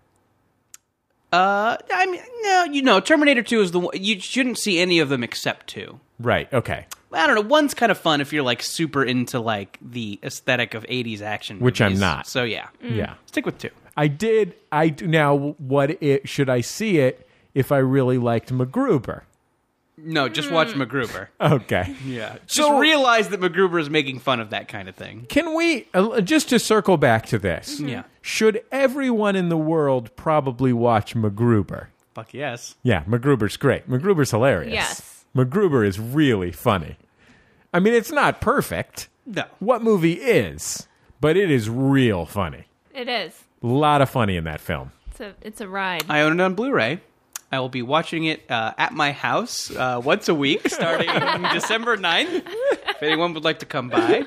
Uh, I mean, no, you know, Terminator Two is the one you shouldn't see any of them except two.
Right. Okay.
I don't know. One's kind of fun if you're like super into like the aesthetic of '80s action,
Which I'm
movies.
not.
So yeah,
Yeah.
stick with two.
Mm. I did I do now what it should I see it if I really liked MacGruber?
No, just watch MacGruber.
Okay.
Yeah, just
So-
realize that MacGruber is making fun of that kind of thing.
Can we uh, just to circle back to this?
Mm-hmm. Yeah.
Should everyone in the world probably watch MacGruber?
Fuck yes.
Yeah, MacGruber's great. MacGruber's hilarious.
Yes.
MacGruber is really funny. I mean, it's not perfect.
No.
What movie is? But it is real funny.
It is.
A lot of funny in that film.
It's a it's a ride.
I own it on Blu-ray. I will be watching it uh, at my house uh, once a week starting December 9th. If anyone would like to come by,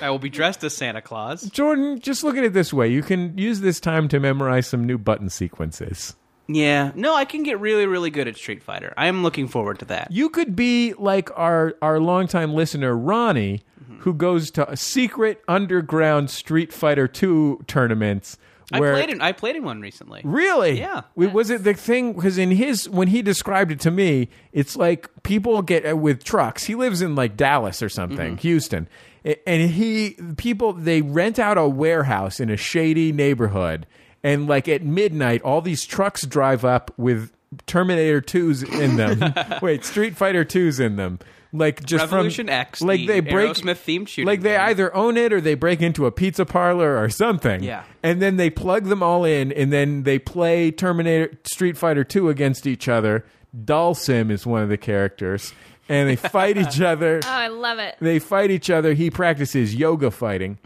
I will be dressed as Santa Claus.
Jordan, just look at it this way. You can use this time to memorize some new button sequences.
Yeah. No, I can get really, really good at Street Fighter. I am looking forward to that.
You could be like our our longtime listener Ronnie, who goes to a secret underground Street Fighter Two tournaments.
I
Where
played in I played in one recently.
really?
Yeah.
Wa- Was it the thing? Because in his when he described it to me, it's like people get uh, with trucks. He lives in like Dallas or something,
Mm-hmm.
Houston, A- and he people they rent out a warehouse in a shady neighborhood, and like at midnight, all these trucks drive up with Terminator twos in them. Wait, Street Fighter twos in them. like just from-
Revolution X, the Aerosmith themed shooting
Like they
game.
either own it or they break into a pizza parlor or something.
Yeah.
and then they plug them all in, and then they play Terminator, Street Fighter Two against each other. Dalsim is one of the characters, and they fight each other.
Oh, I love it.
Uh,
They fight each other. He practices yoga fighting,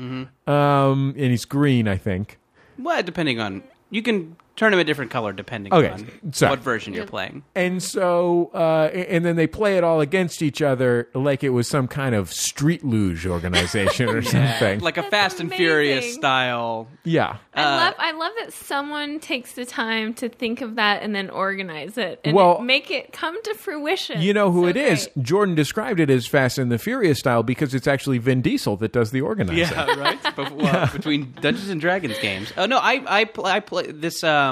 um, and he's green, I think.
Well, depending on you can turn them a different color depending
Okay,
on
sorry.
what version you're playing.
And so, uh, and then they play it all against each other like it was some kind of street luge organization or something.
Like a
That's
Fast and Furious
amazing.
style.
yeah.
I love I love that someone takes the time to think of that and then organize it and
Well-
make it come to fruition.
You know who
So
it is?
great.
Jordan described it as Fast and the Furious style because it's actually Vin Diesel that does the organizing.
Yeah, right. Bef- well, between Dungeons and Dragons games. Oh no, I I play, I play this um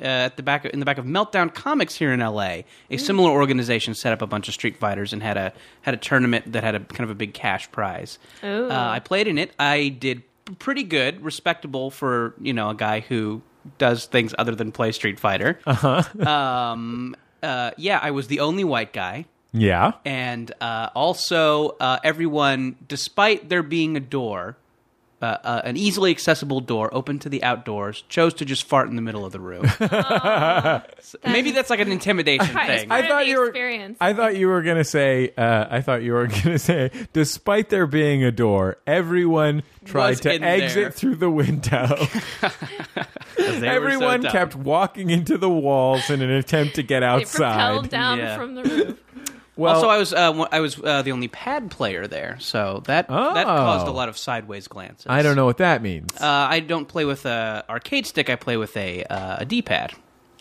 uh, at the back of, in the back of Meltdown Comics here in L.A. A similar organization set up a bunch of Street Fighters and had a had a tournament that had a kind of a big cash prize.
Ooh.
Uh, I played in it. I did pretty good, respectable for you know a guy who does things other than play Street Fighter. Uh-huh. um, uh, yeah, I was the only white guy.
Yeah.
And uh, also, uh, everyone, despite there being a door, uh, uh, an easily accessible door open to the outdoors, chose to just fart in the middle of the room. So maybe that's like an intimidation
Right, it's
thing.
part
I
of
thought
the
you were.
experience.
I thought you were gonna say. Uh, I thought you were gonna say. Despite there being a door, everyone tried
Was
to
in
exit
there.
through the window.
They were so
everyone
dumb.
kept walking into the walls in an attempt to get
They propelled
outside.
down
Yeah.
from the roof.
Well,
also, I was uh, one- I was uh, the only pad player there, so that that
Oh.
caused a lot of sideways glances.
I don't know what that means.
Uh, I don't play with a arcade stick. I play with a uh, a D pad.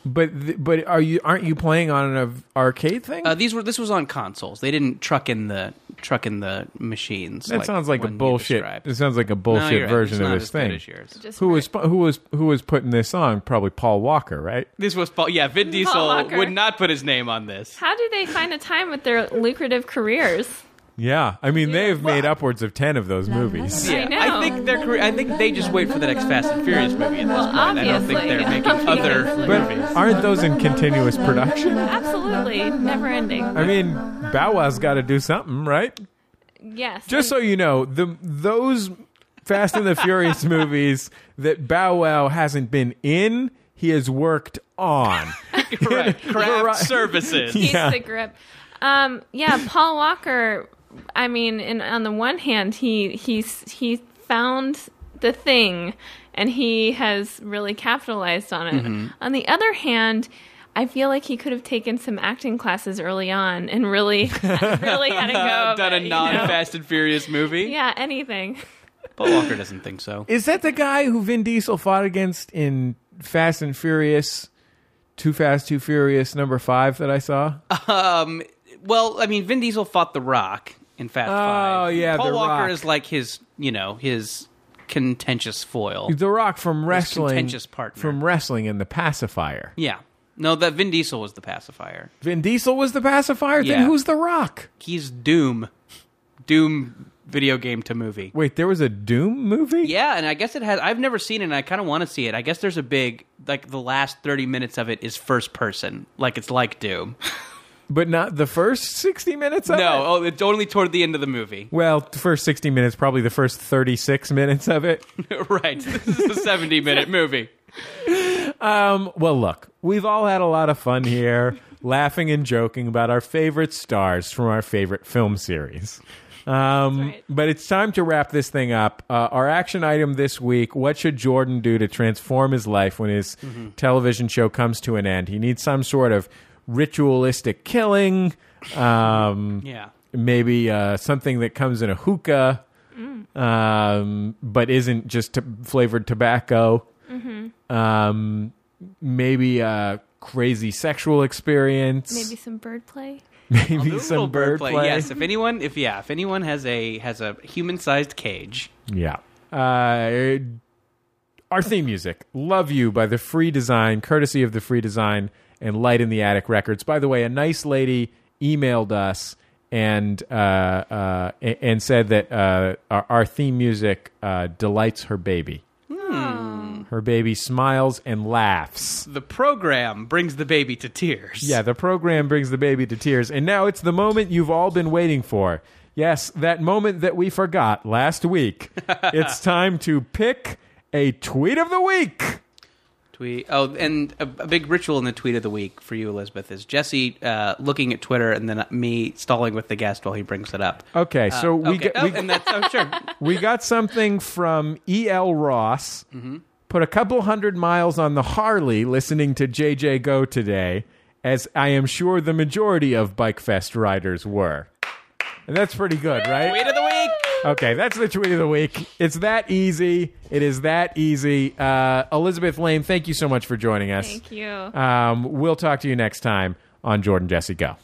but th- but are you aren't you playing on an av- arcade thing?
Uh, these were this was on consoles. They didn't truck in the truck in the machines.
that sounds like a
one you
bullshit.
described.
It sounds like a
No,
bullshit
you're right.
version
It's
of
not
this
as good
thing.
as yours.
Just
Who
for-
was who was who was putting this on? Probably Paul Walker, right?
This was Paul. Yeah, Vin Diesel
Walker.
would not put his name on this.
How do they find a time with their lucrative careers?
Yeah, I mean they've made upwards of ten of those movies.
I know.
think they're. cre- I think they just wait for the next Fast and Furious movie at this
Well,
point. I don't think they're
obviously.
making other
But
movies.
aren't those in continuous production?
Absolutely, never ending.
I mean, Bow Wow's got to do something, right?
Yes.
Just so you know, the those Fast and the Furious movies that Bow Wow hasn't been in, he has worked on.
Correct. Craft services.
He's
Yeah.
the grip. Um, yeah, Paul Walker. I mean, in, on the one hand, he he's he found the thing, and he has really capitalized on it. On the other hand. I feel like he could have taken some acting classes early on and really, really had to go. of
Done a
it, you know?
non-Fast and Furious movie.
Yeah, anything.
Paul Walker doesn't think so.
Is that the guy who Vin Diesel fought against in Fast and Furious, Too Fast, Too Furious number five that I saw?
Um. Well, I mean, Vin Diesel fought The Rock in Fast Five.
Oh, yeah,
Paul
The
Walker
Rock.
is like his, you know, his contentious foil.
The Rock from wrestling,
contentious partner.
from wrestling in the pacifier.
Yeah. No, that Vin Diesel was the pacifier.
Vin Diesel was the pacifier.
Yeah.
Then who's The Rock?
He's Doom. Doom video game to movie.
Wait, there was a Doom movie?
Yeah, and I guess it has. I've never seen it, and I kind of want to see it. I guess there's a big like the last thirty minutes of it is first person, like it's like Doom.
But not the first 60 minutes of
no,
it?
oh, it's only toward the end of the movie.
Well, the first 60 minutes, probably the first 36 minutes of it.
right, this is a seventy-minute movie.
Well, look, we've all had a lot of fun here, laughing and joking about our favorite stars from our favorite film series. Um,
That's right.
But it's time to wrap this thing up. Uh, our action item this week what should Jordan do to transform his life when his television show comes to an end? He needs some sort of ritualistic killing, um,
Yeah,
maybe uh, something that comes in a hookah, um, but isn't just t- flavored tobacco. Um, maybe a crazy sexual experience.
Maybe some bird play.
Maybe
Ooh,
some bird play.
Yes, if anyone, if yeah, if anyone has a has a human-sized cage,
Yeah. Uh, our theme music, Love You by The Free Design, courtesy of The Free Design and Light in the Attic Records. By the way, a nice lady emailed us and uh, uh, a- and said that uh, our, our theme music uh, delights her baby.
Oh,
Her baby smiles and laughs.
The program brings the baby to tears.
Yeah, the program brings the baby to tears. And now it's the moment you've all been waiting for. Yes, that moment that we forgot last week. it's time to pick a tweet of the week.
Tweet. Oh, and a, a big ritual in the tweet of the week for you, Elizabeth, is Jesse uh, looking at Twitter and then me stalling with the guest while he brings it up.
Okay, so we,
okay.
get,
oh,
we,
and that's oh sure.
we got something from E.L. Ross.
Mm-hmm.
Put a couple hundred miles on the Harley listening to JJ Go today, as I am sure the majority of Bikefest riders were. And that's pretty good,
Tweet
right?
of the week.
Okay, that's the tweet of the week. It's that easy. It is that easy. Uh, Elizabeth Lane, thank you so much for joining us.
Thank you.
Um, we'll talk to you next time on Jordan Jesse Go.